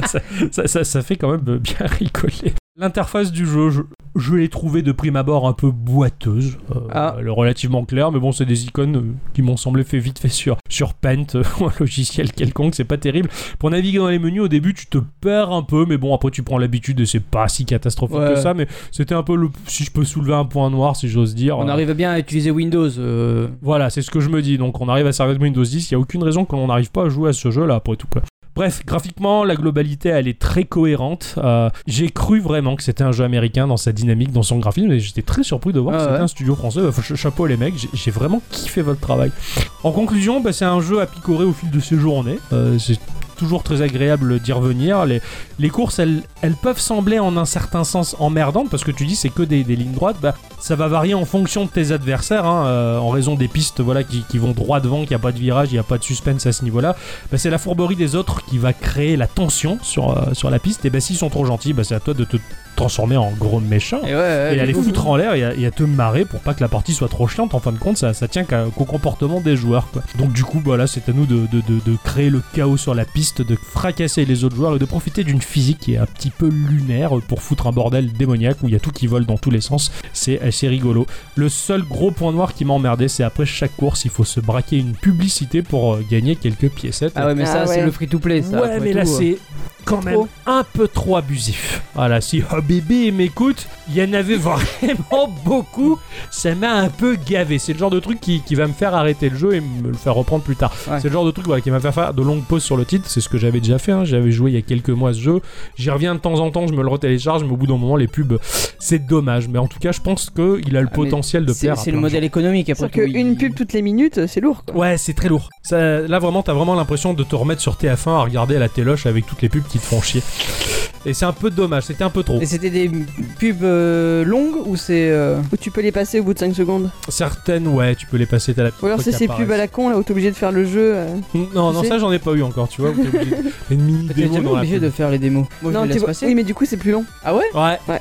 A: ça, ça- ça- ça fait quand même bien rigoler. L'interface du jeu, je, je l'ai trouvée de prime abord un peu boiteuse. Euh,
D: Ah.
A: Elle est relativement claire, mais bon, c'est des icônes euh, qui m'ont semblé fait vite fait sur, sur Paint euh, ou un logiciel quelconque. C'est pas terrible. Pour naviguer dans les menus, au début, tu te perds un peu, mais bon, après, tu prends l'habitude et c'est pas si catastrophique
D: Ouais.
A: que ça. Mais c'était un peu le. Si je peux soulever un point noir, si j'ose dire.
D: On
A: euh,
D: arrive bien à utiliser Windows. euh,
A: voilà, c'est ce que je me dis. Donc on arrive à servir de Windows 10, il n'y a aucune raison que l'on n'arrive pas à jouer à ce jeu-là après tout. Quoi. Bref, graphiquement, la globalité, elle est très cohérente. Euh, J'ai cru vraiment que c'était un jeu américain dans sa dynamique, dans son graphisme, et j'étais très surpris de voir que
D: Ah
A: c'était
D: ouais.
A: un studio français. Bah, ch- chapeau les mecs, j'ai- j'ai vraiment kiffé votre travail. En conclusion, bah, c'est un jeu à picorer au fil de ses journées. Euh, c'est toujours très agréable d'y revenir. Les, les courses, elles, elles peuvent sembler en un certain sens emmerdantes, parce que tu dis c'est que des, des lignes droites. Bah, ça va varier en fonction de tes adversaires, hein, euh, en raison des pistes voilà, qui, qui vont droit devant, qu'il n'y a pas de virage, il n'y a pas de suspense à ce niveau-là. Bah, c'est la fourberie des autres qui va créer la tension sur, euh, sur la piste. Et bah, s'ils sont trop gentils, bah, c'est à toi de te transformer en gros méchant.
D: Et ouais,
B: Euh,
D: ouais,
A: Et à
D: du
A: les
D: coup-
A: foutre en l'air et à, et à te marrer pour pas que la partie soit trop chiante. En fin de compte, ça, ça tient qu'à- qu'au comportement des joueurs. quoi. Donc, du coup, voilà, c'est à nous de, de- de- de créer le chaos sur la piste, de fracasser les autres joueurs et de profiter d'une physique qui est un petit peu lunaire pour foutre un bordel démoniaque où il y a tout qui vole dans tous les sens. C'est assez rigolo. Le seul gros point noir qui m'a emmerdé, c'est après chaque course, il faut se braquer une publicité pour euh, gagner quelques piécettes.
D: Ah ouais, mais
C: Ah
D: ça, c'est
C: ouais.
D: le free-to-play, ça.
A: Ouais,
D: après
A: mais là
D: tout. hein.
A: c'est quand même
C: Trop.
A: un peu trop abusif. Voilà, si oh, Habibi m'écoute, il y en avait vraiment beaucoup. Ça m'a un peu gavé. C'est le genre de truc qui, qui va me faire arrêter le jeu et me le faire reprendre plus tard.
D: Ouais.
A: C'est le genre de truc voilà, qui va me faire faire de longues pauses sur le titre. C'est ce que j'avais déjà fait. hein. J'avais joué il y a quelques mois à ce jeu. J'y reviens de temps en temps, je me le retélécharge, mais au bout d'un moment, les pubs, c'est dommage. Mais en tout cas, je pense qu'il a le
D: Ah, mais
A: potentiel de
D: C'est
A: plaire. à
D: c'est le
A: plein de gens.
D: modèle économique après
C: C'est-à-dire
D: tout.
C: qu'une
D: il-
C: pub toutes les minutes, c'est lourd, quoi.
A: Ouais, c'est très lourd. Ça, là, vraiment, t'as vraiment l'impression de te remettre sur TF1 à regarder à la téloche avec toutes les pubs qui te font chier. Et c'est un peu dommage, c'était un peu trop.
B: Et c'était des pubs euh, longues ou c'est. euh,
C: Ou tu peux les passer au bout de 5 secondes.
A: Certaines, ouais, tu peux les passer, t'as la petite
C: Ou alors
A: truc
C: c'est
A: qui
C: ces pubs à
A: apparaît.
C: la con là où t'es obligé de faire le jeu. euh.
A: Non,
C: tu
A: non,
C: sais.
A: ça j'en ai pas eu encore, tu vois. où t'es obligé de- Une mini
B: Tu es
A: démo
B: jamais
A: dans la
B: obligé
A: pub.
B: de faire les démos. Moi je
C: non,
B: les
C: t'es-
B: laisse passer.
C: oui, mais du coup c'est plus long.
B: Ah ouais
A: Ouais.
C: Ouais.
A: Ouais,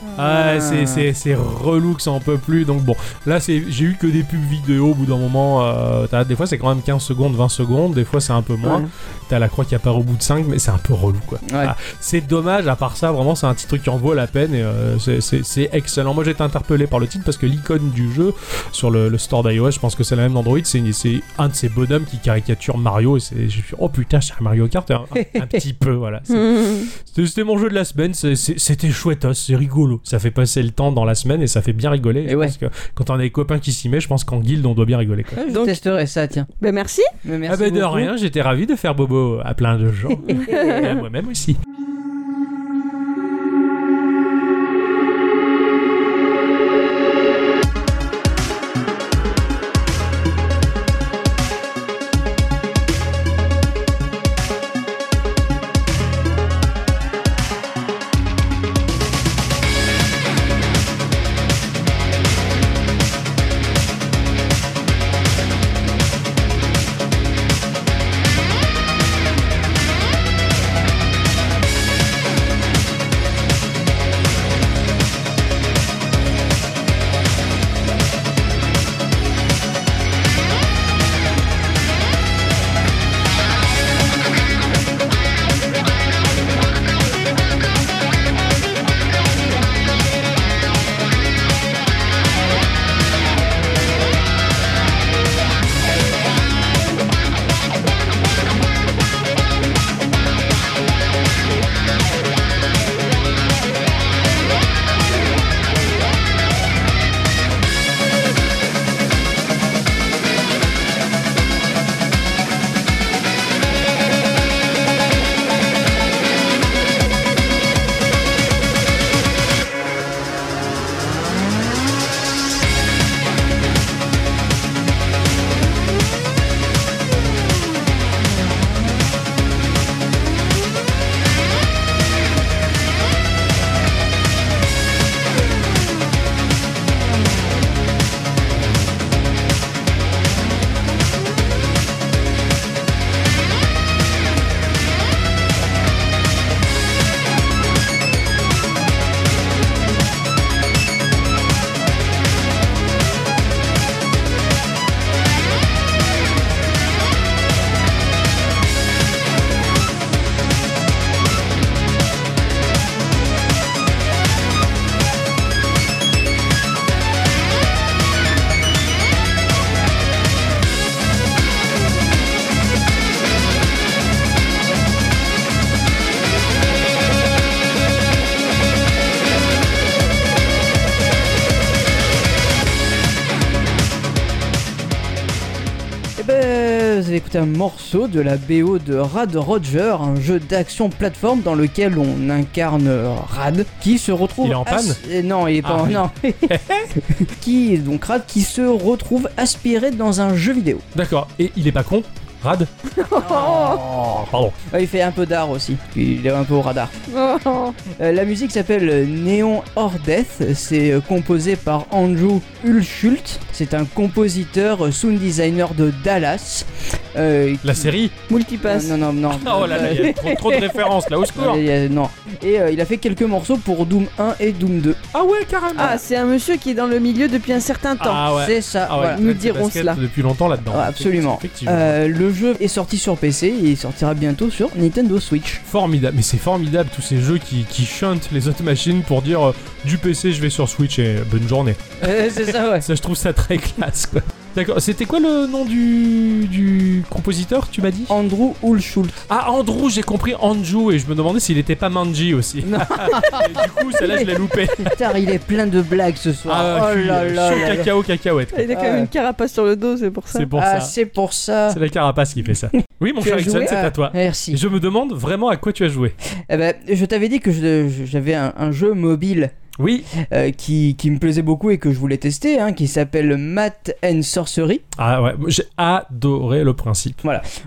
A: c'est-
B: Ah.
A: c'est c'est relou que ça en peut plus. Donc bon, là c'est j'ai eu que des pubs vidéo au bout d'un moment. euh, t'as- des fois c'est quand même 15 secondes, 20 secondes, des fois c'est un peu moins.
C: Ouais.
A: T'as la croix qui apparaît au bout de 5, mais c'est un peu relou quoi.
B: Ouais.
A: Ah, c'est dommage, à part ça, vraiment c'est un petit truc qui en vaut la peine et euh, c'est- c'est c'est excellent. Moi j'ai été interpellé par le titre parce que l'icône du jeu sur le, le store d'iOS, je pense que c'est la même d'Android, c'est une- c'est un de ces bonhommes qui caricature Mario et c'est- j'ai fait oh putain, c'est un Mario Kart un, un- un petit peu, voilà.
B: Mm.
A: C'est-
C: Mmh.
A: c'était c'était mon jeu de la semaine, c'est- c'est- c'était chouettos, c'est rigolo. Ça fait passer le temps dans la semaine et ça fait bien rigoler.
B: Et
A: Je
B: ouais.
A: pense que quand on a des copains qui s'y mettent, je pense qu'en guilde, on doit bien rigoler. quoi.
B: Ah, Je
C: Donc-
B: testerai ça, tiens.
C: Ben merci.
B: Mais
A: Ah
B: merci
A: ben de
B: beaucoup.
A: rien, j'étais ravi de faire bobo à plein de gens. et à moi-même aussi.
B: Eh ben, vous avez écouté un morceau de la BO de Rad Roger, un jeu d'action plateforme dans lequel on incarne euh, Rad qui se retrouve.
A: Il est en
B: as-
A: panne
B: Eh Non, il est pas
A: Ah,
B: en.
A: oui.
B: Non. qui donc Rad qui se retrouve aspiré dans un jeu vidéo.
A: D'accord, et il est pas con Rad Oh, pardon.
B: Ouais, il fait un peu d'art aussi. Il est un peu au radar.
C: Oh.
B: Euh, la musique s'appelle Neon Or Death. C'est euh, composé par Andrew Hulschult. C'est un compositeur, euh, sound designer de Dallas. euh,
A: La série
C: Multipass.
B: Non, non, non.
A: Oh là là, il y a trop, trop de références là, au
B: Non,
A: secours
B: il y a- non. Et euh, il a fait quelques morceaux pour Doom 1 et Doom 2.
A: Ah ouais, carrément
C: Ah, c'est un monsieur qui est dans le milieu depuis un certain temps.
A: Ah ouais,
B: C'est ça,
A: Ah ouais, il
B: voilà.
A: traite
C: Nous
A: ses
C: dirons
A: baskets
C: cela.
A: depuis longtemps là-dedans.
B: Ouais, Ah, absolument.
A: Effectivement.
B: Euh, le jeu est sorti sur PC et il sortira bientôt sur Nintendo Switch.
A: Formidable, mais c'est formidable tous ces jeux qui, qui shuntent les autres machines pour dire euh, du PC je vais sur Switch et bonne journée.
B: Euh, c'est ça, ouais.
A: Ça, je trouve ça très classe, quoi. D'accord, c'était quoi le nom du, du compositeur, tu m'as dit
B: Andrew Hulschult.
A: Ah, Andrew, j'ai compris Andrew, et je me demandais s'il était pas Manji aussi.
B: Non.
A: Et du coup, celle-là, je l'ai loupé.
B: Putain, il est plein de blagues ce soir.
A: Ah,
B: oh
A: je suis,
B: là
A: euh,
B: là
A: chaud
B: là là.
A: cacao, cacahuète. quoi.
C: Il a quand même
B: Ah. Ouais.
C: une carapace sur le dos, c'est pour ça.
A: C'est pour ça.
B: ah, c'est pour ça.
A: C'est la carapace qui fait ça. Oui, mon
B: Tu as
A: cher Ixon,
B: joué
A: c'est à toi.
B: Merci.
A: Et Je me demande vraiment à quoi tu as joué.
B: Eh ben, je t'avais dit que je- je- j'avais un, un jeu mobile
A: Oui.
B: euh, qui, qui me plaisait beaucoup et que je voulais tester, hein, qui s'appelle Math and Sorcery.
A: Ah ouais, j'ai adoré le principe.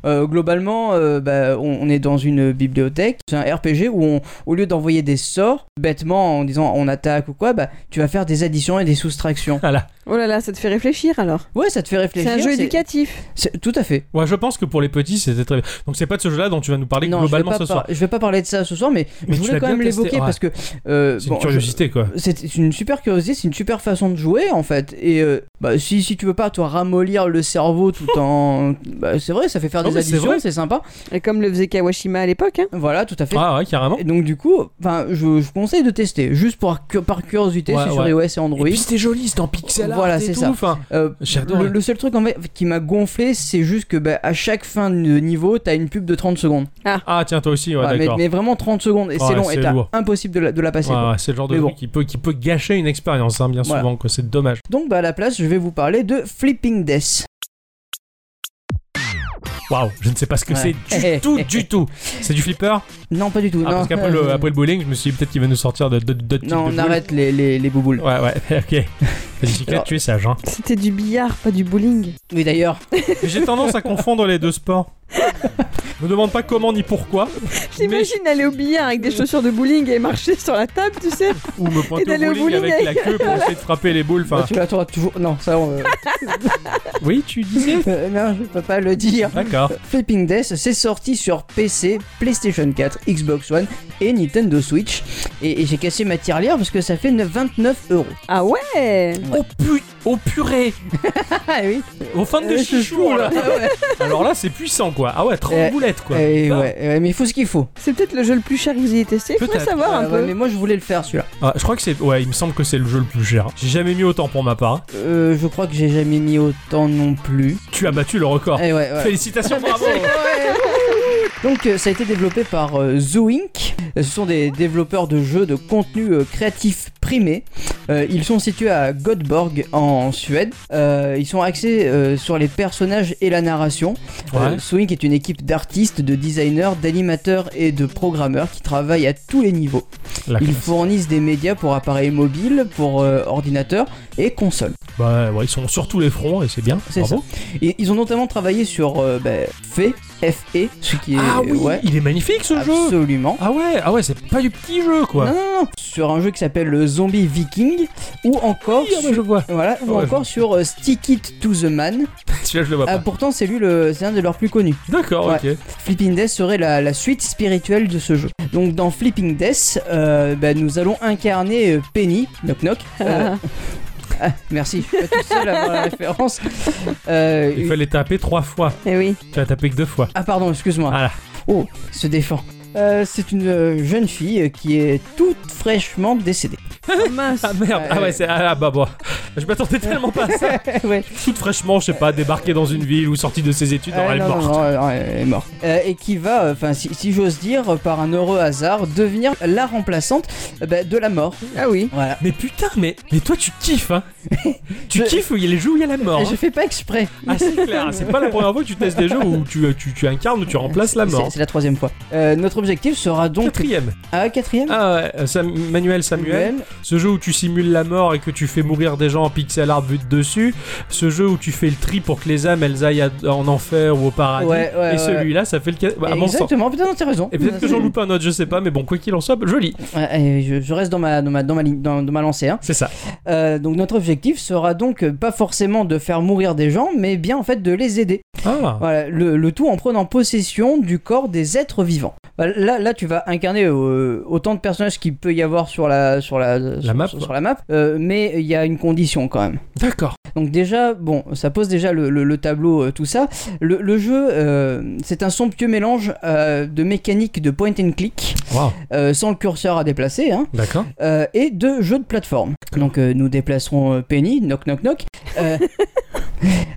B: Euh, globalement, euh, bah, on, on est dans une bibliothèque, c'est un RPG où on, au lieu d'envoyer des sorts, bêtement en disant on attaque ou quoi, bah, tu vas faire des additions et des soustractions.
A: Voilà.
C: Oh là là, ça te fait réfléchir alors.
B: Ouais, ça te fait
C: C'est
B: réfléchir.
C: un jeu éducatif.
B: c'est- Tout à fait.
A: Ouais, je pense que pour les petits, c'était très bien. Donc c'est pas de ce jeu-là dont tu vas nous parler
B: Non, je vais,
A: globalement
B: pas
A: ce soir.
B: par- je vais pas parler de ça ce soir, mais,
A: Mais
B: je
A: tu
B: voulais
A: l'as
B: quand
A: bien
B: même
A: testé,
B: l'évoquer
A: ouais.
B: parce que. euh,
A: C'est
B: bon,
A: une
B: je-
A: curiosité, quoi.
B: C'est une super curiosité, c'est une super façon de jouer en fait. Et euh, bah, si, si tu veux pas, toi, ramollir le cerveau tout en. Bah, c'est vrai, ça fait faire
A: Non,
B: des
A: mais c'est
B: additions,
A: vrai.
B: c'est sympa.
C: Et comme le faisait Kawashima à l'époque, hein.
B: Voilà, tout à fait.
A: Ah ouais, carrément.
B: Et donc, du coup, enfin, je, je conseille de tester, juste pour, que- par curiosité,
A: Ouais,
B: c'est sur
A: ouais.
B: iOS et Android.
A: Et puis c'était joli, c'était en pixel art
B: Voilà,
A: et
B: c'est
A: tout.
B: ça.
A: Enfin,
B: Euh,
A: j'adore.
B: le, le seul truc en fait, qui m'a gonflé, c'est juste que bah, à chaque fin de niveau, t'as une pub de 30 secondes.
A: Ah tiens, toi aussi, ouais,
B: Ouais, mais,
A: d'accord.
B: mais vraiment 30 secondes, et
A: Ouais,
B: c'est long,
A: c'est
B: et t'as
A: lourd.
B: impossible de la, de la passer.
A: Ouais,
B: quoi.
A: ouais, c'est le genre de
B: Mais
A: truc
B: bon.
A: qui peut, qui peut gâcher une expérience, hein, bien
B: Voilà.
A: souvent, quoi. C'est dommage.
B: Donc, bah, à la place, je vais vous parler de Flipping Death.
A: Waouh, je ne sais pas ce que
B: Ouais.
A: c'est du tout, du tout. C'est du flipper
B: Non, pas du tout.
A: Ah,
B: non.
A: Parce qu'après le, après le bowling, je me suis dit peut-être qu'il va nous sortir de, de, d'autres types
B: Non,
A: de
B: on
A: boules.
B: arrête les, les, les bouboules.
A: Ouais, ouais, ok. La bicyclette,
B: Alors-
A: tu es sage, hein.
C: c'était du billard, pas du bowling.
B: Oui, d'ailleurs,
A: Mais J'ai tendance à confondre les deux sports. Ne me demande pas comment ni pourquoi. Mais
C: J'imagine aller au billard avec des chaussures de bowling et marcher sur la table, tu sais.
A: ou me pointer
C: Et
A: au
C: d'aller
A: bowling,
C: au bowling
A: avec la queue pour essayer de frapper les boules.
B: bah,
A: Enfin,
B: tu la trouveras toujours. Non, ça, on... euh,
A: oui, tu disais.
B: euh, non, je peux pas le dire.
A: D'accord.
B: Flipping Death, c'est sorti sur PC, PlayStation 4, Xbox One et Nintendo Switch. Et, et j'ai cassé ma tirelire parce que ça fait 29 euros.
C: Ah ouais
A: Oh put, oh purée,
B: Ah oui,
A: au fin de
B: Euh, c'est
A: chichou
B: chaud,
A: Eh, là.
B: Ah ouais.
A: Alors là, c'est puissant quoi. Ah ouais, 30
B: Euh,
A: boulettes quoi.
B: Eh
A: Ah.
B: ouais, eh ouais, mais il faut ce qu'il faut.
C: C'est peut-être le jeu le plus cher que vous ayez testé. Faut
A: Peut-être.
C: savoir un
B: Ah ouais,
C: peu.
B: mais moi je voulais le faire celui-là.
A: Ah, je crois que c'est. Ouais, il me semble que c'est le jeu le plus cher. J'ai jamais mis autant pour ma part.
B: Euh, je crois que j'ai jamais mis autant non plus.
A: Tu as battu le record.
B: Eh ouais, ouais.
A: Félicitations, bravo.
B: Donc euh, ça a été développé par euh, Zoink. Euh, Ce sont des développeurs de jeux de contenu euh, créatif primé. Euh, ils sont situés à Göteborg en Suède. Euh, ils sont axés euh, sur les personnages et la narration.
A: Ouais.
B: Euh, Zoink est une équipe d'artistes, de designers, d'animateurs et de programmeurs qui travaillent à tous les niveaux.
A: La
B: Ils
A: classe.
B: fournissent des médias pour appareils mobiles, pour euh, ordinateurs et consoles.
A: Bah ouais, ils sont sur tous les fronts et c'est bien.
B: C'est
A: Bravo.
B: Et ils ont notamment travaillé sur euh, bah, Fée, F.E., E, ce qui est...
A: Ah oui,
B: ouais,
A: il est magnifique ce jeu.
B: absolument.
A: Ah ouais, ah ouais, c'est pas du petit jeu quoi.
B: Non, non, non. Sur un jeu qui s'appelle le Zombie Viking ou encore
A: Oui, ah ouais,
B: sur-
A: je vois.
B: voilà, ou
A: Ouais,
B: encore sur euh, Stick It to the Man.
A: Celui-là, je le vois
B: Ah,
A: pas.
B: pourtant, c'est lui le, c'est un de leurs plus connus.
A: Ah, D'accord, ok.
B: Flipping Death serait la, la suite spirituelle de ce jeu. Donc, dans Flipping Death, euh, bah, nous allons incarner euh, Penny, knock knock. euh, ah, merci, je suis pas tout seul à avoir la référence. Euh,
A: Il fallait taper trois fois.
C: Eh oui.
A: Tu as tapé que deux fois.
B: Ah pardon, excuse-moi.
A: Voilà.
B: Oh, il se défend. Euh, c'est une euh, jeune fille euh, qui est toute fraîchement décédée.
C: Oh, mince.
A: Ah merde,
B: Ouais,
A: ah ouais,
B: ouais.
A: c'est. Ah bah bah. Je m'attendais tellement pas à ça.
B: ouais.
A: Toute fraîchement, je sais pas, débarquée dans une ville ou sortie de ses études,
B: Euh,
A: elle est
B: non, non,
A: morte.
B: non, euh, non, elle est morte. Euh, et qui va, enfin, si, si j'ose dire, euh, par un heureux hasard, devenir la remplaçante euh, bah, de la mort.
C: Ah oui.
B: Voilà.
A: Mais putain, mais, mais toi tu kiffes, hein Tu
B: Je-
A: kiffes où il y a les jeux où il y a la mort.
B: Et
A: hein.
B: je fais pas exprès.
A: Ah c'est clair, c'est pas la première fois que tu testes des jeux où tu, tu, tu incarnes, tu remplaces la
B: C'est-
A: mort.
B: C'est la troisième fois. Euh, notre objectif sera donc.
A: Quatrième.
B: Ah, quatrième
A: Ah ouais, euh, Sam- Manuel Samuel.
B: Samuel.
A: Ce jeu où tu simules la mort et que tu fais mourir des gens en pixel art vu de dessus. Ce jeu où tu fais le tri pour que les âmes elles aillent à- en enfer ou au paradis.
B: Ouais, ouais,
A: et
B: ouais.
A: celui-là ça fait le cas. Bah, à mon sens.
B: Exactement, putain, non, t'as raison.
A: Et peut-être que j'en loupe un autre, je sais pas, mais bon, quoi qu'il en soit, joli.
B: Ouais, et je, je reste dans ma, dans ma, dans ma, ligne- dans, dans ma lancée. hein.
A: C'est ça.
B: Euh, donc notre objectif sera donc euh, pas forcément de faire mourir des gens, mais bien en fait de les aider.
A: Ah.
B: Voilà, le, le tout en prenant possession du corps des êtres vivants. Voilà, Là, là tu vas incarner euh, autant de personnages qu'il peut y avoir sur la, sur la, sur-
A: map,
B: sur,
A: quoi.
B: sur la map euh, mais il y a une condition quand même.
A: D'accord.
B: Donc déjà, bon, ça pose déjà le, le- le tableau, euh, tout ça. Le, le jeu, euh, c'est un somptueux mélange euh, de mécanique de point and click,
A: Wow.
B: euh, sans le curseur à déplacer, hein,
A: D'accord.
B: euh, et de jeux de plateforme. Donc euh, nous déplacerons euh, Penny, knock knock knock, euh,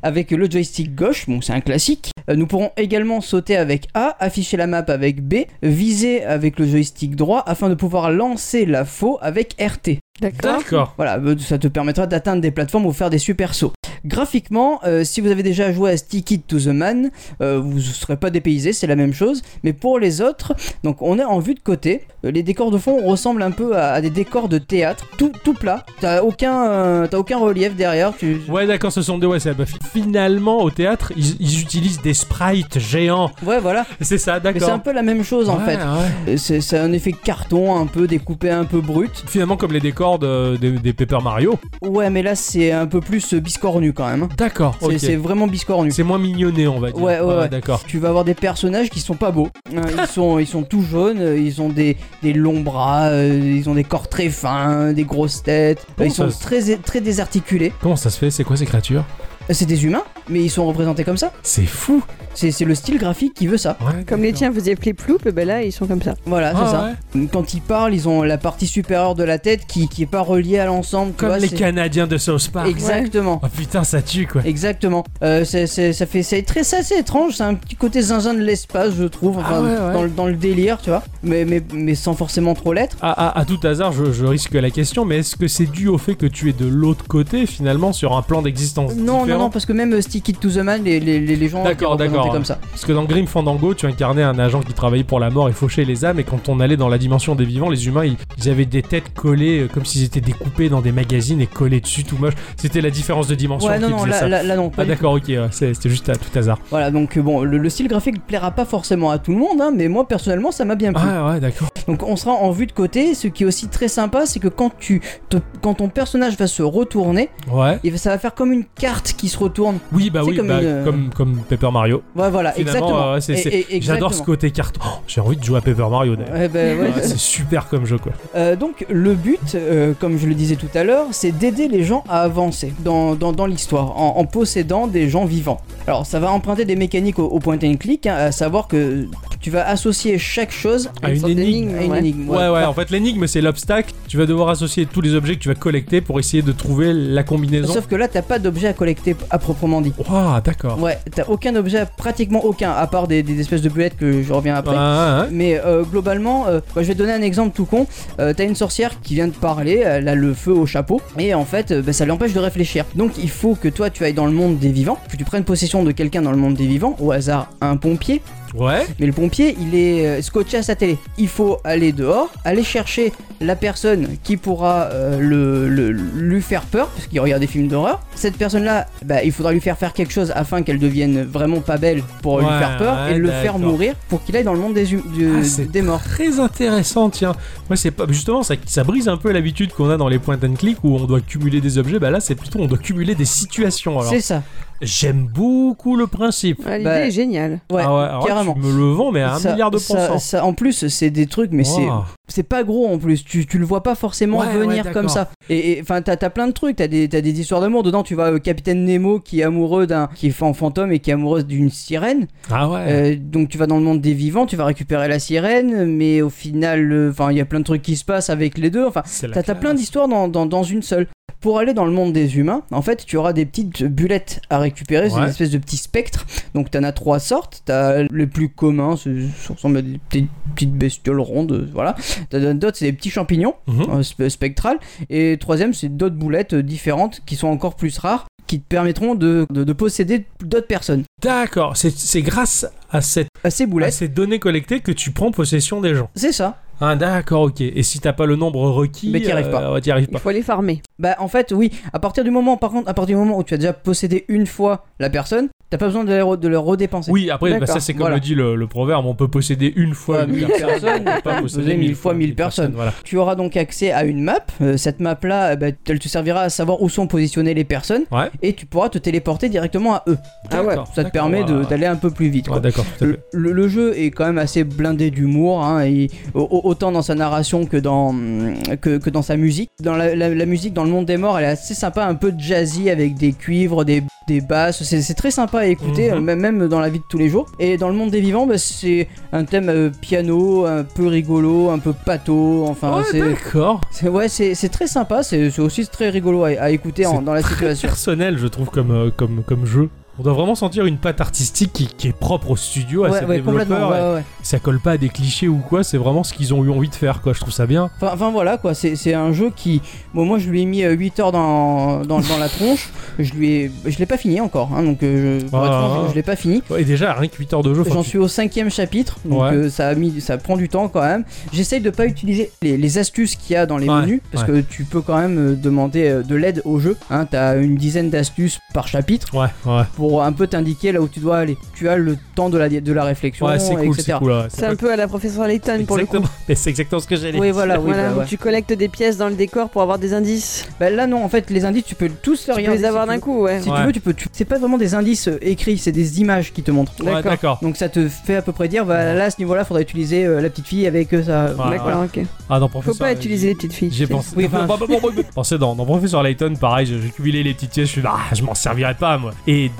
B: avec le joystick gauche, bon c'est un classique. Euh, nous pourrons également sauter avec A, afficher la map avec B, viser avec le joystick droit afin de pouvoir lancer la faux avec RT.
C: D'accord.
A: D'accord.
B: Voilà, euh, ça te permettra d'atteindre des plateformes ou faire des super sauts. Graphiquement, euh, si vous avez déjà joué à Stick It to the Man, euh, vous ne serez pas dépaysé, c'est la même chose. Mais pour les autres, donc on est en vue de côté. Euh, Les décors de fond ressemblent un peu à, à des décors de théâtre, tout, tout plat. T'as aucun, euh, t'as aucun relief derrière. Tu...
A: Ouais, d'accord, ce sont des ouais, c'est- bah, fi- Finalement, au théâtre, ils, ils utilisent des sprites géants.
B: Ouais, voilà.
A: C'est ça,
B: Mais c'est un
A: d'accord.
B: peu la même chose en
A: Ouais,
B: fait.
A: ouais.
B: Euh, C'est c'est un effet carton, un peu découpé, un peu brut.
A: Finalement, comme les décors de- des, des Paper Mario.
B: Ouais, mais là c'est un peu plus euh, biscornu quand même. hein.
A: D'accord,
B: C'est
A: ok.
B: c'est vraiment biscornu.
A: C'est moins mignonné, on va dire.
B: Ouais, ouais, ouais.
A: D'accord.
B: Tu vas avoir des personnages qui sont pas beaux. Euh, Ils sont, ils sont tout jaunes, euh, ils ont des, des longs bras, euh, ils ont des corps très fins, des grosses têtes.
A: Bon,
B: Euh, ils
A: ça,
B: sont
A: c'est-
B: très, très désarticulés.
A: Comment ça se fait C'est quoi ces créatures
B: Euh, C'est des humains, mais ils sont représentés comme ça.
A: C'est fou
B: C'est c'est le style graphique qui veut ça.
A: Ouais,
C: Comme
A: d'accord.
C: les tiens faisaient flip-floup, et ben là ils sont comme ça.
B: Voilà,
A: Ah,
B: c'est ça.
A: ouais.
B: Quand ils parlent, ils ont la partie supérieure de la tête qui, qui est pas reliée à l'ensemble. tu
A: Comme
B: vois,
A: les
B: c'est-
A: Canadiens de South Park.
B: Exactement.
A: Oh putain, ça tue quoi.
B: Exactement. Euh, c'est- c'est- ça fait, c'est très, c'est assez étrange. C'est un petit côté zinzin de l'espace, je trouve. Enfin,
A: Ah ouais, ouais.
B: Dans, le- dans le délire, tu vois. Mais, mais, mais sans forcément trop l'être.
A: À, à- à tout hasard, je, je risque la question, mais est-ce que c'est dû au fait que tu es de l'autre côté finalement sur un plan d'existence
B: Non, non,
A: différent
B: non, parce que même euh, Stick It to the Man, les, les, les- les gens
A: D'accord,
B: étaient représentés
A: d'accord.
B: comme ça.
A: Parce que dans Grim Fandango, tu incarnais un agent qui travaillait pour la mort et fauchait les âmes, et quand on allait dans la dimension des vivants, les humains, ils, ils avaient des têtes collées euh, comme s'ils étaient découpés dans des magazines et collés dessus tout moche. C'était la différence de dimension
B: Ouais,
A: qui
B: non, non,
A: faisait
B: là,
A: ça.
B: là, là, non. Pas
A: Ah
B: du tout.
A: d'accord, ok, ouais, c'est- c'était juste à tout hasard.
B: Voilà, donc euh, bon, le, le style graphique plaira pas forcément à tout le monde, hein, mais moi personnellement, ça m'a bien plu.
A: Ah ouais, d'accord.
B: Donc on sera en vue de côté. Ce qui est aussi très sympa, c'est que quand tu, te- quand ton personnage va se retourner,
A: Ouais.
B: il va- ça va faire comme une carte qui se retourne.
A: Oui, bah
B: C'est
A: oui,
B: comme
A: bah,
B: une- euh,
A: comme, comme Paper Mario.
B: Ouais, voilà,
A: Finalement,
B: exactement.
A: ouais, c'est-
B: Et-
A: c'est-
B: et-
A: J'adore ce
B: exactement.
A: côté carton. Oh, J'ai envie de jouer à Paper Mario d'ailleurs.
B: Ouais, ben, ouais.
A: Ouais, c'est super comme jeu quoi.
B: Euh, donc le but, euh, comme je le disais tout à l'heure, c'est d'aider les gens à avancer dans, dans- dans l'histoire en, en possédant des gens vivants. Alors ça va emprunter des mécaniques au, au point and click, hein, à savoir que tu vas associer chaque chose
A: À une
C: sorte
A: énigme.
B: à une
C: ouais.
B: énigme.
A: Ouais, ouais, en fait, l'énigme c'est l'obstacle. Tu vas devoir associer tous les objets que tu vas collecter pour essayer de trouver la combinaison.
B: Sauf que là t'as pas d'objet à collecter à proprement dit.
A: Ouah, d'accord.
B: Ouais, t'as aucun objet, pratiquement aucun, à part des, des espèces de bulettes que je reviens après.
A: Ah, ah, ah.
B: Mais euh, globalement, euh, bah, je vais te donner un exemple tout con. Euh, T'as une sorcière qui vient de parler, elle a le feu au chapeau, et en fait, euh, bah, ça l'empêche de réfléchir. Donc il faut que toi, tu ailles dans le monde des vivants, que tu prennes possession de quelqu'un dans le monde des vivants, au hasard un pompier,
A: Ouais,
B: mais le pompier, il est euh, scotché à sa télé. Il faut aller dehors, aller chercher la personne qui pourra euh, le, le- lui faire peur, parce qu'il regarde des films d'horreur. Cette personne-là, bah, il faudra lui faire faire quelque chose afin qu'elle devienne vraiment pas belle pour lui
A: Ouais,
B: faire peur
A: ouais,
B: et le faire
A: d'accord.
B: mourir pour qu'il aille dans le monde des, hum- du-
A: Ah, c'est
B: des morts.
A: très intéressant, tiens. Moi, c'est pas. Justement, ça, ça brise un peu l'habitude qu'on a dans les point and click où on doit cumuler des objets. Bah là, c'est plutôt on doit cumuler des situations. Alors,
B: C'est ça.
A: j'aime beaucoup le principe.
C: Ouais, Ah, L'idée
B: Bah,
C: est géniale.
B: Ouais,
A: ah ouais, alors là,
B: carrément.
A: tu me le vends, mais à un
B: Ça-
A: milliard de
B: ça-
A: pourcents.
B: ça- en plus, c'est des trucs, mais c'est
A: Ouah.
B: c'est pas gros en plus, tu, tu le vois pas forcément
A: Ouais,
B: venir
A: ouais,
B: comme ça. Et enfin, t'as t'as plein de trucs, t'as des, t'as des histoires d'amour dedans, tu vois, euh, Capitaine Nemo qui est amoureux d'un. qui est fan fantôme et qui est amoureuse d'une sirène.
A: Ah ouais.
B: Euh, donc tu vas dans le monde des vivants, tu vas récupérer la sirène, mais au final, euh, enfin, il y a plein de trucs qui se passent avec les deux, enfin.
A: C'est la
B: T'as t'as
A: classe.
B: plein d'histoires dans, dans- dans une seule. Pour aller dans le monde des humains, en fait, tu auras des petites bulettes à récupérer, c'est
A: Ouais.
B: une espèce de petit spectre. Donc, t'en as trois sortes. T'as le plus commun, c'est- ça ressemble à des petites, petites bestioles rondes, euh, voilà. T'as d'autres, c'est des petits champignons
A: Mhm.
B: euh, spe- spectrales. Et troisième, c'est d'autres boulettes euh, différentes qui sont encore plus rares, qui te permettront de, de- de posséder d'autres personnes.
A: D'accord, c'est- c'est grâce à, cette,
B: À ces
A: à
B: boulettes,
A: ces données collectées que tu prends possession des gens.
B: c'est ça.
A: Ah d'accord, ok. Et si t'as pas le nombre requis,
B: Mais t'y arrives pas.
A: euh, ouais, t'y arrives
C: Il
A: pas.
C: faut les farmer.
B: Bah, en fait, oui. À partir du moment, par contre, à partir du moment où tu as déjà possédé une fois la personne, t'as pas besoin de, la re- de le redépenser.
A: Oui, après, bah,
B: D'accord,
A: ça c'est comme
B: voilà.
A: le dit le, le proverbe, on peut posséder une fois
B: Ouais,
A: mille
B: mille
A: personnes, on peut pas
B: personnes,
A: posséder
B: mille fois mille personnes.
A: Voilà.
B: Tu auras donc accès à une map. Euh, cette map là, elle te servira à savoir où sont positionnées les personnes.
A: Ouais.
B: Et tu pourras te téléporter directement à eux.
A: Ah ouais.
B: Ça te permet de- d'aller un peu plus vite. quoi.
A: Ouais, d'accord, tout à
B: Le,
A: fait.
B: le- le jeu est quand même assez blindé d'humour, hein, et au- au- autant dans sa narration que dans, mm, que, que dans sa musique. Dans la, la- la musique dans le monde des morts, elle est assez sympa, un peu jazzy avec des cuivres, des, des basses, c'est c'est très sympa à écouter,
A: Mhm.
B: euh, même- même dans la vie de tous les jours. Et dans le monde des vivants, bah, c'est un thème euh, piano, un peu rigolo, un peu pato, enfin
A: Ouais,
B: c'est...
A: d'accord.
B: c'est- ouais, c'est c'est très sympa, c'est c'est aussi très rigolo à, à écouter en-
A: C'est
B: dans la
A: très
B: situation.
A: personnel, je trouve, comme, euh, comme, comme jeu. On doit vraiment sentir une patte artistique qui, qui est propre au studio, à ses
B: ouais, ouais, complètement.
A: développeurs.
B: ouais, ouais, ouais.
A: Ça colle pas à des clichés ou quoi, c'est vraiment ce qu'ils ont eu envie de faire, quoi. Je trouve ça bien.
B: Enfin, enfin, voilà quoi, c'est c'est un jeu qui. Bon, moi je lui ai mis euh, 8 heures dans, dans, dans la tronche, je lui ai. Je l'ai pas fini encore, hein, donc euh, je, pour être
A: Ah.
B: franc, je, je l'ai pas fini.
A: Ouais, et déjà, rien que 8 heures de jeu, faut
B: J'en
A: que tu-
B: suis au cinquième chapitre, donc
A: Ouais.
B: euh, ça, a mis, ça prend du temps quand même. J'essaye de pas utiliser les, les astuces qu'il y a dans les
A: Ouais,
B: menus, parce que tu peux quand même euh, demander euh, de l'aide au jeu. Hein, T'as une dizaine d'astuces par chapitre
A: Ouais, ouais.
B: pour un peu t'indiquer là où tu dois aller. Tu as le temps de la, de la réflexion,
A: Ouais, c'est cool,
B: etc.
A: c'est cool. ouais.
C: C'est un peu à la professeure Layton pour le coup.
A: Exactement. Mais c'est exactement ce que j'allais
B: Oui,
A: dire.
B: voilà, oui,
C: Voilà,
B: bah,
C: où
B: ouais.
C: tu collectes des pièces dans le décor pour avoir des indices.
B: Bah, là non, en fait, les indices, tu peux tous les
C: Tu peux
B: regarder.
C: les avoir
B: si tu
C: d'un coup, ouais.
B: Si
A: Ouais.
B: tu veux, tu peux. tu- C'est pas vraiment des indices euh, écrits, c'est des images qui te montrent.
A: Ouais, d'accord.
B: Donc ça te fait à peu près dire, bah, là à ce niveau-là, faudrait utiliser euh, la petite fille avec euh, ça.
A: Ouais.
C: D'accord, ok.
A: Ah non,
C: Faut
A: professeur.
C: pas utiliser les petites filles.
A: J'ai
C: tu sais.
A: pensé.
B: Oui,
A: Non,
B: enfin-
A: bah, bah, bah, bah, bah. pensé dans, dans Professeur Layton, pareil, j'ai j'ai cumulé les petites pièces, je suis ah, je m'en servirai pas moi. Et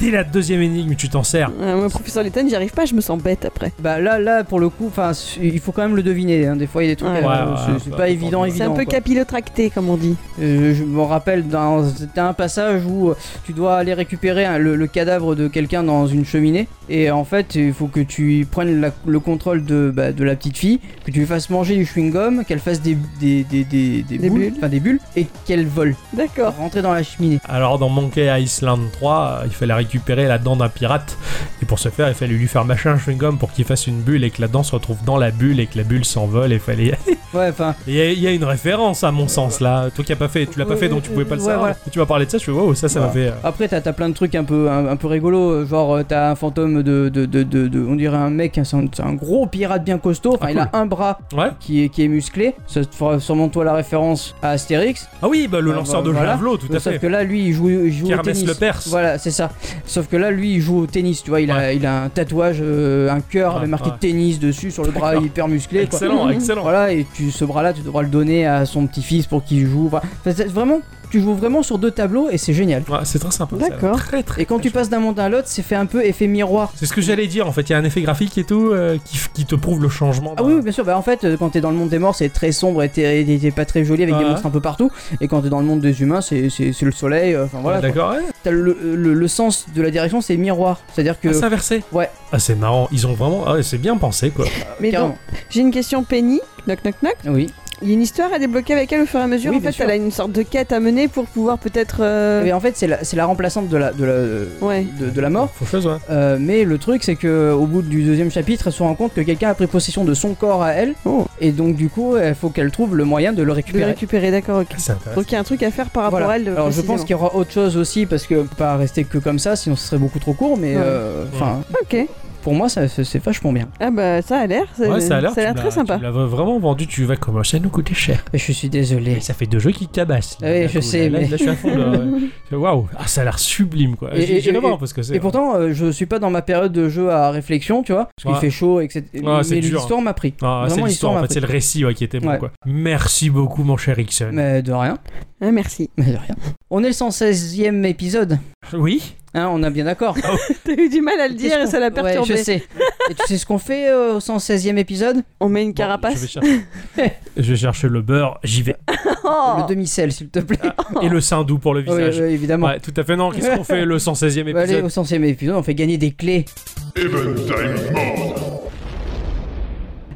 A: dès la deuxième énigme, tu t'en sers.
C: Ouais, Euh, moi, professeur Layton, j'y arrive pas, je me sens bête après.
B: Bah là, là pour le coup, enfin, c- il faut quand même le deviner. hein. Des fois, il y a des trucs,
C: Ouais.
B: euh,
A: Ouais,
B: c'est-
A: ouais,
B: c'est
A: bah,
B: pas évident,
A: c'est un
C: C'est
B: évident.
C: un peu
B: quoi.
C: capillotracté, comme on dit.
B: Euh, je me rappelle d'un c'était un passage où euh, tu dois aller récupérer un- le, le cadavre de quelqu'un dans une cheminée et en fait il faut que tu prennes la- le contrôle de, bah, de la petite fille, que tu lui fasses manger du chewing-gum, qu'elle fasse des des des des, des,
C: Des
B: boules,
C: bulles.
B: enfin des bulles et qu'elle vole pour
C: D'accord.
B: rentrer dans la cheminée.
A: Alors dans Monkey Island 3, euh, il fallait récupérer la dent d'un pirate. Et pour ce faire, il fallait lui faire machin un chewing-gum pour qu'il fasse une bulle et que la dent se retrouve dans la bulle et que la bulle s'envole. Et fallait.
B: Ouais, enfin
A: Il y, a- il y a une référence à mon sens là. Toi qui as pas fait, tu l'as pas fait donc tu pouvais pas le
B: Ouais,
A: savoir.
B: voilà.
A: Tu m'as parlé de ça, je fais wow, ça, ça m'a
B: Ouais.
A: fait. euh,
B: Après, t'as as plein de trucs un peu, un, un peu rigolos, euh, genre euh, t'as un fantôme de, de, de, de- de- On dirait un mec, hein, c'est un, c'est un gros pirate bien costaud, enfin
A: Ah,
B: il a
A: cool.
B: un bras
A: Ouais.
B: qui est, qui est musclé, ça te fera sûrement toi la référence à Astérix,
A: Ah oui, bah, le
B: Ouais,
A: lanceur
B: bah,
A: de
B: voilà.
A: javelot, tout à
B: sauf
A: fait.
B: que là lui il joue, il joue au
A: Kermesse
B: tennis.
A: le Perse.
B: Voilà, c'est ça. Sauf que là lui il joue au tennis, tu vois, il, a, il a un tatouage, euh, un cœur
A: Ouais,
B: avec marqué
A: Ah, ouais.
B: tennis dessus sur le bras
A: D'accord.
B: hyper musclé. quoi.
A: Excellent,
C: Mhm.
A: excellent.
B: Voilà, et tu, ce bras-là, tu devras le donner à son petit-fils pour qu'il joue. Enfin, c'est vraiment, tu joues vraiment sur deux tableaux et c'est génial.
A: Ouais, c'est très sympa. ça.
C: D'accord.
A: Très, très,
B: Et quand
A: très
B: tu passes d'un monde à l'autre, c'est fait un peu effet miroir.
A: C'est ce que j'allais dire en fait, il y a un effet graphique et tout euh, qui, f- qui te prouve le changement.
B: Ah
A: d'un-
B: oui, oui, bien sûr, bah en fait, euh, quand t'es dans le monde des morts, c'est très sombre et t'es et t'es pas très joli avec des
A: Ouais.
B: monstres un peu partout. Et quand t'es dans le monde des humains, c'est c'est- c'est le soleil, euh, enfin voilà.
A: Ouais,
B: quoi.
A: D'accord, ouais.
B: T'as le, le- le sens de la direction, c'est miroir. C'est-à-dire que.
A: Ah, c'est inversé.
B: Ouais.
A: Ah, c'est marrant, ils ont vraiment. Ah, ouais, c'est bien pensé quoi.
C: Mais donc,
B: carrément.
C: j'ai une question Penny. Knock, knock, knock.
B: Oui.
C: Il y a une histoire à débloquer avec elle au fur et à mesure.
B: Oui,
C: en
B: bien
C: fait,
B: sûr.
C: elle a une sorte de quête à mener pour pouvoir peut-être. euh,
B: Et en fait, c'est la, c'est la remplaçante de la, de la,
C: Ouais.
B: de, de la mort.
A: Faucheuse, ouais.
B: Euh, mais le truc, c'est que au bout du deuxième chapitre, elle se rend compte que quelqu'un a pris possession de son corps à elle.
C: Oh.
B: Et donc, du coup, il faut qu'elle trouve le moyen de le
C: De le
B: récupérer.
C: récupérer, d'accord, ok.
A: Ah, C'est intéressant.
C: Donc il y a un truc à faire par rapport
B: Voilà.
C: à elle.
B: Alors je pense qu'il y aura autre chose aussi parce que pas rester que comme ça sinon ce serait beaucoup trop court mais
C: Ouais.
B: euh, enfin
C: Ok.
B: pour moi ça c'est c'est vachement bien.
C: Ah bah ça a l'air.
A: Ouais, ça a l'air, tu l'as-
C: très sympa.
A: Tu l'as vraiment vendu, tu vas commencer à nous coûter cher.
B: Et je suis
A: Et
B: désolé.
A: ça fait deux jeux qui cabassent. là,
B: Ah Oui,
A: d'un
B: je
A: coup,
B: sais,
A: Là, là,
B: mais-
A: là, je suis à fond. là, ouais. Je fais, Waouh, ah, ça a l'air sublime quoi.
B: Et-
A: J'ai-
B: et-
A: J'irai
B: et-
A: voir parce que c'est.
B: Et pourtant euh, je suis pas dans ma période de jeu à réflexion tu vois parce qu'il
A: Ouais.
B: fait chaud etc.
A: c'est
B: mais
A: dur,
B: l'histoire m'a pris.
A: Ah, c'est
B: vraiment, l'histoire
A: l'histoire en
B: m'a
A: fait, c'est le récit ouais, qui était bon
B: Ouais.
A: quoi. Merci beaucoup mon cher Ixon.
B: Mais de rien.
C: Ah, merci.
B: Mais de rien. On est le 116e épisode.
A: Oui
B: Hein, on a bien d'accord.
A: Ah
C: T'as eu du mal à le dire
B: Qu'est-ce
C: et ça l'a
B: qu'on- ouais,
C: perturbé.
B: je sais. Et tu sais ce qu'on fait euh, au 116e épisode
C: On met une
A: Bon,
C: carapace.
A: je, vais chercher... je vais chercher le beurre, j'y vais.
C: Oh
B: Le demi-sel s'il te plaît.
A: Et le sein doux pour Ah, le
B: Oui,
A: visage.
B: oui, évidemment.
A: Ouais, tout à fait. Non, qu'est-ce qu'on fait le 116e épisode
B: Bah, allez au 116e épisode on fait gagner des clés.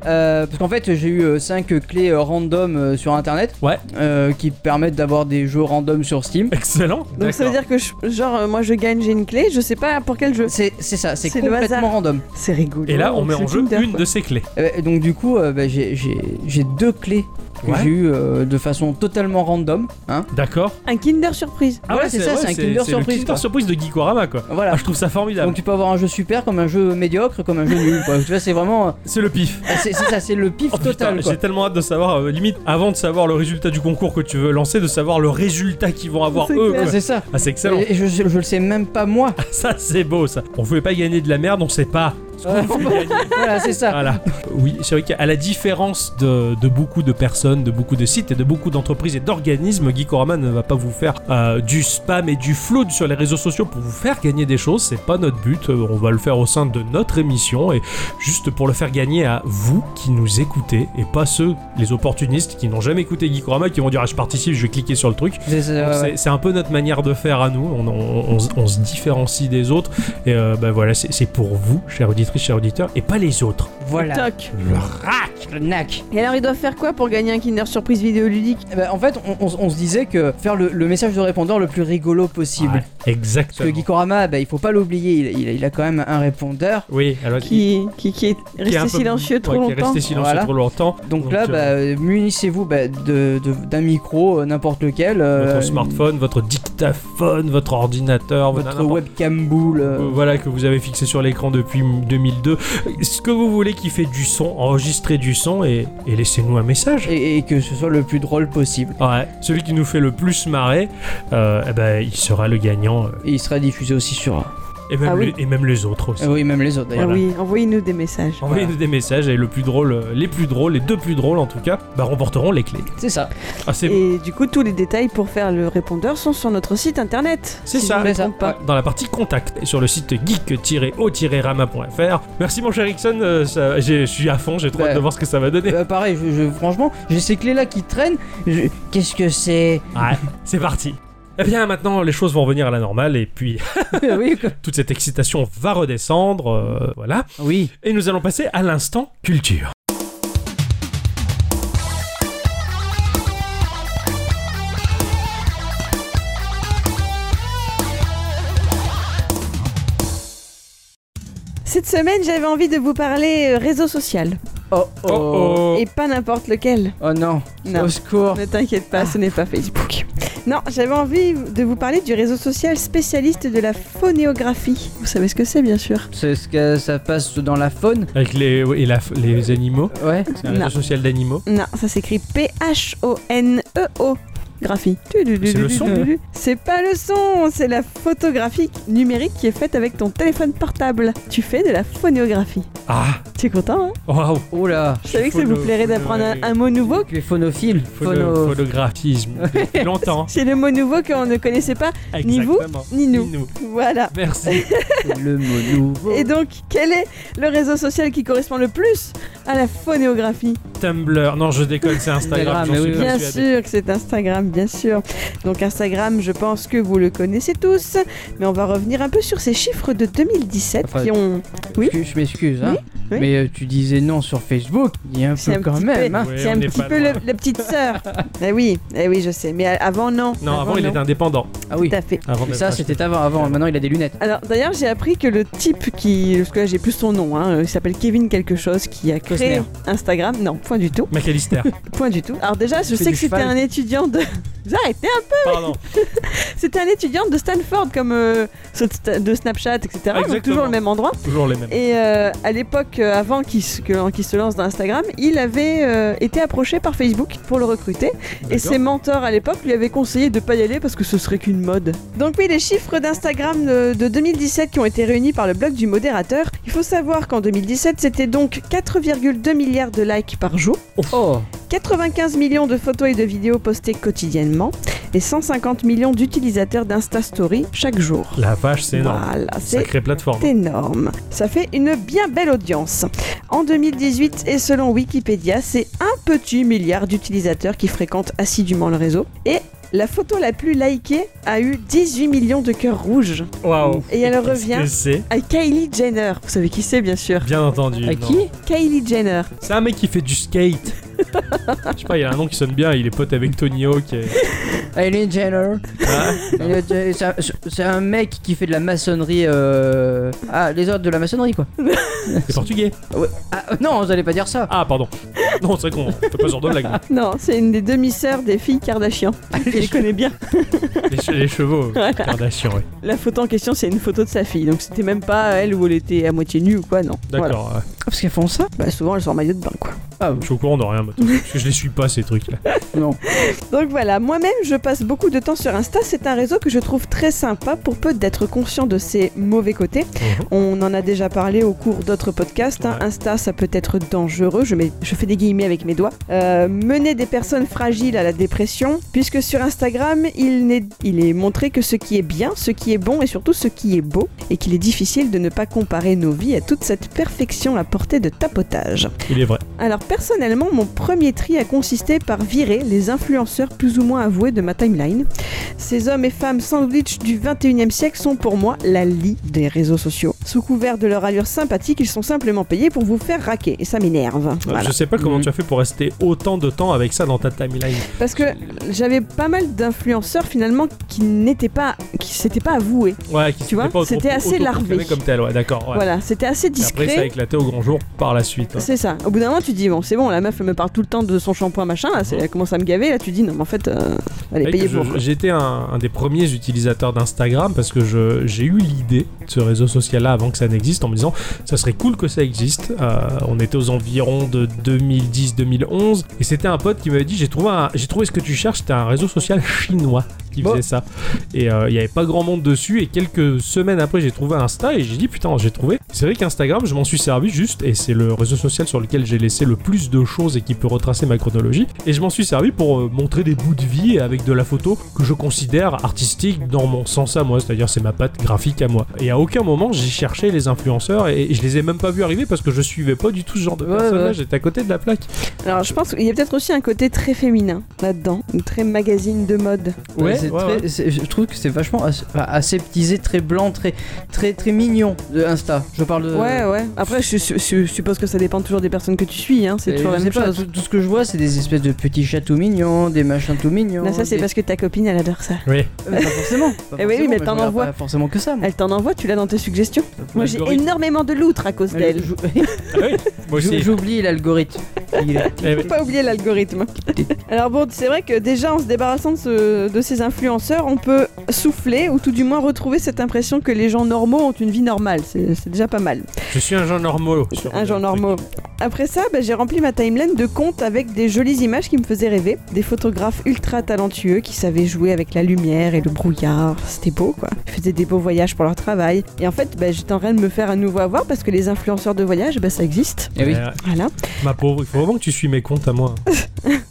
B: Euh, parce qu'en fait, j'ai eu 5 clés euh, random euh, sur internet.
A: Ouais.
B: Euh, qui permettent d'avoir des jeux random sur Steam.
A: Excellent.
C: Donc ça veut
A: D'accord.
C: dire que je- genre euh, moi je gagne, j'ai une clé, je sais pas pour quel jeu.
B: C'est c'est ça, c'est
C: C'est le hasard.
B: complètement random.
C: C'est rigolo.
A: Et
B: Oh,
A: là, on met
C: C'est
A: en jeu
C: Kinder,
A: une
C: quoi.
A: de ces clés.
B: Euh, et donc, du coup, euh, bah, j'ai- j'ai j'ai deux clés que
A: Ouais.
B: j'ai eues euh, de façon totalement random. Hein.
A: D'accord.
C: Un Kinder surprise.
A: Ah
B: Voilà,
A: ouais,
B: c'est ça,
A: ouais,
B: c'est un Kinder
A: le
B: surprise,
A: Kinder
B: quoi.
A: surprise de Geekorama, quoi.
B: Voilà.
A: Ah, je trouve ça formidable.
B: donc, tu peux avoir un jeu super comme un jeu médiocre, comme un jeu nul. quoi. Tu vois, c'est vraiment. euh,
A: C'est le pif.
B: C'est c'est ça, c'est le pif
A: Oh, putain,
B: total. quoi.
A: J'ai tellement hâte de savoir, euh, limite, avant de savoir le résultat du concours que tu veux lancer, de savoir le résultat qu'ils vont avoir
C: C'est
A: eux.
C: clair.
A: quoi.
B: C'est ça.
A: Ah, c'est excellent.
B: Et je, je- je le sais même pas moi.
A: Ça, c'est beau, ça. On pouvait pas gagner de la merde, on sait pas. ce qu'on veut gagner.
D: voilà, c'est ça.
A: Voilà. Oui, c'est vrai qu'à la différence de, de beaucoup de personnes, de beaucoup de sites et de beaucoup d'entreprises et d'organismes, Geekorama ne va pas vous faire euh, du spam et du flood sur les réseaux sociaux pour vous faire gagner des choses. C'est pas notre but. Euh, On va le faire au sein de notre émission et juste pour le faire gagner à vous qui nous écoutez et pas ceux, les opportunistes qui n'ont jamais écouté Geekorama qui vont dire ah, je participe, je vais cliquer sur le truc.
D: C'est euh, ça,
A: Donc,
D: Ah ouais.
A: c'est- C'est un peu notre manière de faire à nous. On, on- on se- on se différencie des autres. Et euh, ben voilà, c'est c'est pour vous, chère auditrice, chers auditeurs, et pas les autres.
D: Voilà.
C: Toc.
D: Le knack.
C: Et alors, ils doivent faire quoi pour gagner un Kinder Surprise vidéoludique
B: Eh ben, en fait, on, on- on se disait que faire le, le message de répondeur le plus rigolo possible.
A: Ouais,
B: Parce
A: exactement.
B: que Gikorama, bah, il faut pas l'oublier, il, il- il a quand même un répondeur.
A: oui, alors
C: qui, qui, qui est
A: qui est
C: resté
A: un peu-
C: silencieux trop
A: ouais, qui est
C: longtemps
A: resté silencieux
B: Voilà.
A: trop longtemps.
B: Donc, là, bah,
A: euh,
B: euh, munissez-vous bah, de- de- d'un micro, euh, n'importe lequel. euh,
A: votre smartphone, votre dictaphone, votre ordinateur,
B: Votre
A: n'importe-
B: webcam boule. euh,
A: Euh, Voilà, que vous avez fixé sur l'écran depuis 2002. Ce que vous voulez qui fait du son, enregistrez du son et, et laissez-nous un message.
B: et, et que ce soit le plus drôle possible.
A: Ouais, celui qui nous fait le plus marrer, euh, eh ben, il sera le gagnant. euh,
B: Et il sera diffusé aussi sur. euh,
A: Et même,
C: Ah oui.
A: les, et même les autres aussi.
B: Ah oui, même les autres
C: Ah
B: d'ailleurs.
C: Oui, envoyez-nous des messages.
A: Envoyez-nous des messages et le plus drôle, euh, les plus drôles, les deux plus drôles en tout cas, bah, remporteront les clés.
B: C'est ça.
A: Ah, c'est
C: Et du coup, tous les détails pour faire le répondeur sont sur notre site internet.
A: C'est
C: si
A: ça.
C: je ne
B: C'est
C: me
B: ça,
C: trompe pas.
A: dans la partie contact et sur le site geek-o-rama.fr. Merci mon cher Ixon, euh, ça- j'ai- je suis à fond, j'ai trop
B: Ouais.
A: hâte de voir ce que ça va donner.
B: Euh, pareil, je, je- franchement, j'ai ces clés là qui traînent. je- Qu'est-ce que c'est
A: Ouais, c'est parti. Eh bien maintenant les choses vont revenir à la normale et puis
B: Oui, quoi.
A: toute cette excitation va redescendre, euh, voilà.
B: Oui.
A: Et nous allons passer à l'instant culture.
C: Cette semaine, j'avais envie de vous parler euh, réseau social.
B: Oh oh. Oh,
A: Oh, oh.
C: Et pas n'importe lequel.
B: non.
C: Non.
B: Au secours.
C: Ne t'inquiète pas, ce n'est pas Facebook. Non, j'avais envie de vous parler du réseau social spécialiste de la phonéographie. Vous savez ce que c'est, bien sûr.
B: C'est ce que ça passe dans la faune.
A: Avec les, ouais, et la- les animaux,
B: Ouais.
A: c'est un réseau
C: Non.
A: social d'animaux.
C: Non, ça s'écrit P-H-O-N-E-O. E Graphie. Tu, du, du,
A: C'est
C: du,
A: le
C: du,
A: son.
C: du, du. C'est pas le son, c'est la photographie numérique qui est faite avec ton téléphone portable. Tu fais de la phonéographie.
A: Ah,
C: Tu es content, hein
A: waouh,
B: Oh là.
C: Je savais que ça
A: Phono-
C: vous plairait d'apprendre un, un mot nouveau.
B: Tu es phonophile.
A: phono-
B: Phono.
A: phonographisme, depuis longtemps. hein.
C: C'est le mot nouveau qu'on ne connaissait pas, Ni vous,
A: Exactement.
C: ni nous. Voilà.
A: Merci.
B: le mot nouveau.
C: Et donc, quel est le réseau social qui correspond le plus à la phonéographie
A: Tumblr, non je déconne, c'est Instagram.
B: Instagram,
A: j'en
B: mais
A: suis
B: oui, oui.
C: Bien
A: persuadé.
C: sûr que c'est Instagram, bien sûr. Donc Instagram, je pense que vous le connaissez tous, mais on va revenir un peu sur ces chiffres de 2017
B: Enfin,
C: qui ont... Oui.
B: Excuse- Je m'excuse, hein.
C: oui.
B: Mais euh, tu disais non sur Facebook. Il y a un
C: C'est
B: peu
C: un
B: quand
C: petit
B: même.
C: peu,
B: hein.
A: Ouais,
C: c'est
A: on
C: un
A: est
C: petit
A: pas
C: peu
A: loin.
C: le- la petite sœur. eh oui, eh oui, je sais. Mais a- avant, non.
A: Non, avant il était indépendant.
B: Ah oui.
C: Tout à fait. Ah.
A: Avant
B: Mais
A: d'être
B: ça,
A: acheté.
B: c'était avant. Avant. Maintenant, il a des lunettes.
C: Alors d'ailleurs, j'ai appris que le type qui, parce que là j'ai plus son nom, hein, il s'appelle Kevin quelque chose, qui a créé
B: Costner.
C: Instagram. Non, point du tout,
A: McAllister.
C: point du tout. Alors déjà, je
B: fait
C: sais
B: du
C: que c'était
B: cheval.
C: un étudiant de. Vous arrêtez un
A: Pardon.
C: peu. C'était un étudiant de Stanford, comme euh, ceux de Sta- de Snapchat, etc.
A: Exactement.
C: Donc toujours le même endroit.
A: Toujours les mêmes.
C: Et euh, à l'époque, euh, avant qu'il se, que- qu'il se lance dans Instagram, il avait euh, été approché par Facebook pour le recruter. Et ses mentors à l'époque lui avaient conseillé de pas y aller parce que ce serait qu'une mode. Donc oui, les chiffres d'Instagram euh, de, de 2017 qui ont été réunis par le blog du modérateur, il faut savoir qu'en 2017, c'était donc 4,2 milliards de likes par jour,
B: Oh.
C: 95 millions de photos et de vidéos postées quotidiennement, et 150 millions d'utilisateurs d'Insta Story chaque jour.
A: La vache, c'est énorme.
C: Voilà, c'est
A: Sacrée plateforme.
C: c'est énorme. Ça fait une bien belle audience. En 2018, et selon Wikipédia, c'est un petit milliard d'utilisateurs qui fréquentent assidûment le réseau. Et la photo la plus likée a eu 18 millions de cœurs rouges.
A: Waouh.
C: Et elle
A: Qu'est-ce
C: revient
A: que C'est
C: à Kylie Jenner. Vous savez qui c'est, bien sûr.
A: bien entendu.
B: À
A: non.
B: qui
C: Kylie Jenner.
A: C'est un mec qui fait du skate. Je sais pas, il a un nom qui sonne bien. Il est pote avec Tony Hawk. et-
B: Aileen Jenner.
A: Ah,
B: Il a- C'est un- c'est un mec qui fait de la maçonnerie. euh, Ah, les ordres de la maçonnerie, quoi.
A: c'est portugais.
B: Ah, non, vous allez pas dire ça.
A: Ah pardon. Non, c'est con. Fais pas ce genre de blague. non.
C: Non, c'est une des demi-sœurs des filles Kardashian. Je les connais bien.
A: Les, che- les chevaux. euh, Kardashian, ouais.
C: La photo en question, c'est une photo de sa fille. Donc c'était même pas elle où elle était à moitié nue ou quoi, non. Voilà.
A: D'accord. ouais.
B: Parce qu'ils font ça
C: Bah souvent, elles sont en maillot de bain, quoi.
B: Ah bon.
A: Je suis au courant de rien, moi, parce que je les suis pas ces trucs-là.
C: Donc voilà, moi-même je passe beaucoup de temps sur Insta, c'est un réseau que je trouve très sympa pour peu d'être conscient de ses mauvais côtés.
A: Mhm.
C: On en a déjà parlé au cours d'autres podcasts, hein.
A: Ouais.
C: Insta ça peut être dangereux, je, mets- je fais des guillemets avec mes doigts, Euh, mener des personnes fragiles à la dépression, puisque sur Instagram il, n'est- il est montré que ce qui est bien, ce qui est bon et surtout ce qui est beau, et qu'il est difficile de ne pas comparer nos vies à toute cette perfection à portée de tapotage.
A: Il est vrai.
C: Alors personnellement, mon premier tri a consisté par virer les influenceurs plus ou moins avoués de ma timeline. Ces hommes et femmes sandwich du 21e siècle sont pour moi la lie des réseaux sociaux. Sous couvert de leur allure sympathique, ils sont simplement payés pour vous faire raquer et ça
A: Ah,
C: m'énerve. Voilà.
A: Euh, Je sais pas comment
B: Mhm.
A: tu as fait pour rester autant de temps avec ça dans ta timeline.
C: Parce que j'avais pas mal d'influenceurs finalement qui n'étaient pas qui s'étaient pas avoués.
A: Ouais, qui
C: Tu
A: s'était
C: vois,
A: pas auto-
C: c'était assez
A: autoproclamé
C: larvé.
A: comme tel, ouais, d'accord. ouais.
C: Voilà, c'était assez
A: Et Après,
C: discret.
A: ça a éclaté au grand jour par la suite. hein.
C: C'est ça. Au bout d'un moment, tu dis bon, c'est bon, la meuf elle me parle tout le temps de son shampoing machin, là, c'est- elle commence à me gaver, là tu dis non, mais en fait, euh, elle est
A: Ouais, que
C: payée
A: je-
C: pour.
A: J'étais un, un des premiers utilisateurs d'Instagram parce que je- j'ai eu l'idée de ce réseau social-là avant que ça n'existe en me disant ça serait cool que ça existe. Euh, on était aux environs de 2010-2011 et c'était un pote qui m'avait dit j'ai trouvé, un- j'ai trouvé ce que tu cherches, c'était un réseau social chinois qui
B: Bon.
A: faisait ça. Et euh, il n'y avait pas grand monde dessus et quelques semaines après j'ai trouvé Insta et j'ai dit putain j'ai trouvé. C'est vrai qu'Instagram je m'en suis servi juste et c'est le réseau social sur lequel j'ai laissé le plus de choses et qui peut retracer ma chronologie. Et je m'en suis servi pour euh, montrer des bouts de vie avec de la photo que je considère artistique dans mon sens à moi, c'est-à-dire c'est ma patte graphique à moi. Et à aucun moment j'ai cherché les influenceurs et, et je les ai même pas vus arriver parce que je suivais pas du tout ce genre de
B: Ouais,
A: personnes là,
B: ouais.
A: j'étais à côté de la plaque.
C: Alors je pense qu'il y a peut-être aussi un côté très féminin là-dedans, très magazine de mode.
A: Ouais,
B: c'est
A: ouais,
B: très- c'est- je trouve que c'est vachement as- enfin, aseptisé, très blanc, très, très, très mignon de Insta. Je parle de.
C: Ouais, ouais. Après, je, je- je suppose que ça dépend toujours des personnes que tu suis, hein. c'est
B: Et
C: toujours la
B: je
C: même
B: sais pas,
C: chose.
B: Tout, tout ce que je vois, c'est des espèces de petits chats tout mignons, des machins tout mignons.
C: Là, ça, c'est
B: des-
C: parce que ta copine, elle adore ça.
A: Oui.
B: Euh, Pas forcément. pas
C: Eh oui,
B: forcément,
C: mais
B: je
C: t'en
B: regarde
C: envoies.
B: Pas forcément que ça, moi.
C: Elle t'en envoie, tu l'as dans tes suggestions. Moi, j'ai
A: L'algorithme.
C: énormément de loutres à cause d'elle.
B: Jou-
A: Ah oui, moi aussi.
B: J'oublie l'algorithme. Il est-
A: Eh oui.
C: Faut pas oublier l'algorithme. Alors bon, c'est vrai que déjà en se débarrassant de, ce- de ces influenceurs, on peut souffler ou tout du moins retrouver cette impression que les gens normaux ont une vie normale. C'est c'est déjà pas mal.
A: Je suis un genre normal. sur
C: Ah, Un
A: le
C: genre
A: truc.
C: normaux. Après ça, bah, j'ai rempli ma timeline de comptes avec des jolies images qui me faisaient rêver. Des photographes ultra talentueux qui savaient jouer avec la lumière et le brouillard. C'était beau, quoi. Ils faisaient des beaux voyages pour leur travail. Et en fait, bah, j'étais en train de me faire à nouveau avoir parce que les influenceurs de voyage, bah, ça existe.
B: Eh oui.
A: Ouais, ouais.
C: Voilà.
A: Ma pauvre, il faut vraiment que tu suis mes comptes à moi.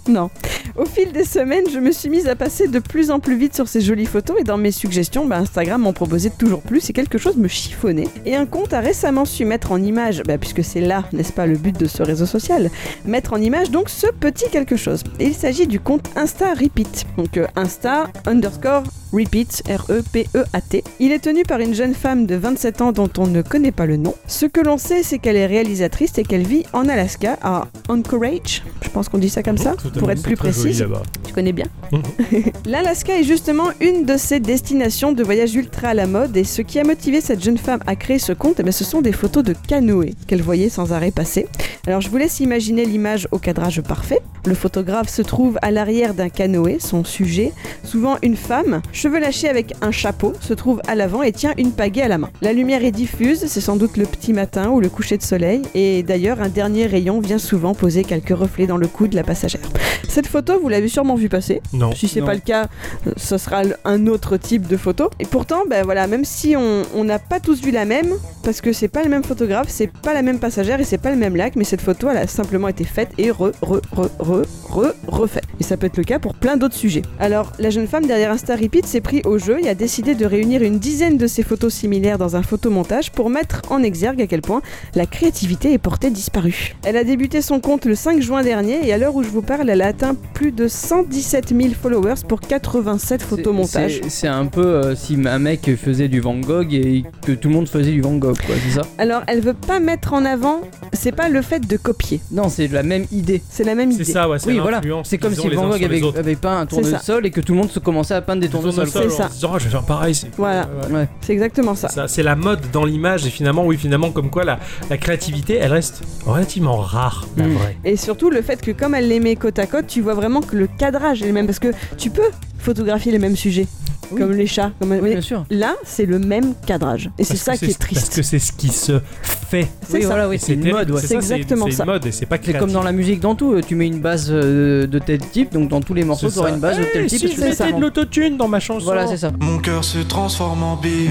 C: Non. Au fil des semaines, je me suis mise à passer de plus en plus vite sur ces jolies photos et dans mes suggestions, bah, Instagram m'en proposait toujours plus et quelque chose me chiffonnait. Et un compte a récemment su mettre en image, bah, puisque c'est là, n'est-ce pas, le but de ce réseau social, mettre en image donc ce petit quelque chose. Et il s'agit du compte Insta Repeat. Donc euh, Insta underscore Repeat, E R-E-P-E-A-T. Il est tenu par une jeune femme de 27 ans dont on ne connaît pas le nom. Ce que l'on sait, c'est qu'elle est réalisatrice et qu'elle vit en Alaska, à Anchorage. Je pense qu'on dit ça comme ça,
A: Oh, Tout à
C: pour
A: fait,
C: être
A: c'est
C: plus
A: très joli
C: précise.
A: là-bas.
C: Tu connais bien
A: Mhm.
C: L'Alaska est justement une de ces destinations de voyage ultra à la mode et ce qui a motivé cette jeune femme à créer ce compte, eh ben, ce sont des photos de canoë qu'elle voyait sans arrêt passer. Alors je vous laisse imaginer l'image au cadrage parfait. Le photographe se trouve à l'arrière d'un canoë, son sujet, souvent une femme, cheveux lâchés avec un chapeau, se trouve à l'avant et tient une pagaie à la main. La lumière est diffuse, c'est sans doute le petit matin ou le coucher de soleil et d'ailleurs un dernier rayon vient souvent poser quelques reflets dans le cou de la passagère. Cette photo, vous l'avez sûrement vue passer.
A: Non.
C: Si c'est
B: Non.
C: pas le cas, euh, ce sera l- un autre type de photo. Et pourtant, ben voilà, même si on on n'a pas tous vu la même, parce que c'est pas le même photographe, c'est pas la même passagère et c'est pas le même lac, mais cette photo, elle a simplement été faite et re, re, re, re, re, refaite. Et ça peut être le cas pour plein d'autres sujets. Alors, la jeune femme derrière Insta Repeat s'est pris au jeu et a décidé de réunir une dizaine de ces photos similaires dans un photomontage pour mettre en exergue à quel point la créativité est portée disparue. Elle a débuté son compte le 5 juin dernier et à l'heure où je vous parle, elle a atteint plus de 117 000 followers pour 87 photomontages.
B: C'est- C'est un peu euh, si un mec faisait du Van Gogh et que tout le monde faisait du Van Gogh, quoi, c'est ça
C: Alors, elle veut pas mettre en avant, c'est pas le fait de copier,
B: Non, c'est la même idée.
C: c'est la même
A: C'est
C: idée.
A: ça, ouais, c'est
B: Oui, voilà.
A: l'influence
B: C'est comme
A: qu'ils
B: si
A: ont les
B: Van
A: uns sur
B: Gogh
A: les
B: avait,
A: autres.
B: avait peint un
C: C'est ça.
B: tournesol et que tout le monde se commençait à peindre des tournesols.
A: Tournesol,
C: C'est
A: en
C: ça.
A: disant, Ah, je vais faire pareil. c'est-
C: Voilà.
A: Ouais, ouais.
B: Ah, Ouais.
C: C'est exactement ça.
A: Ça, Euh, c'est la mode dans l'image et finalement oui finalement comme quoi la, la créativité elle reste relativement rare la
B: Mm.
A: vraie.
C: Et surtout le fait que comme elle les met côte à côte, tu vois vraiment que le cadrage est le même parce que tu peux photographier les mêmes sujets,
B: Oui.
C: comme les chats. Comme... mais
B: Bien sûr.
C: Là, c'est le même cadrage. Et c'est
A: Parce
C: ça
A: que
C: qui est
A: Parce
C: triste.
A: que c'est ce qui se fait.
C: C'est
B: oui,
C: ça.
B: voilà, oui, c'est une
A: terrible.
B: mode. ouais.
C: C'est
A: C'est ça,
C: exactement
A: c'est- c'est
C: ça.
A: une mode et c'est pas
B: C'est
A: créatif.
B: comme dans la musique, dans tout. euh, Tu mets une base euh, de tel type, donc dans tous les morceaux,
A: C'est
B: tu auras
A: ça.
B: une base de
A: Eh,
B: tel type.
A: Si
B: parce
A: je
B: que ça
A: mettais de
B: rentre.
A: l'autotune dans ma chanson.
B: Voilà, c'est ça.
G: Mon cœur se transforme en billet.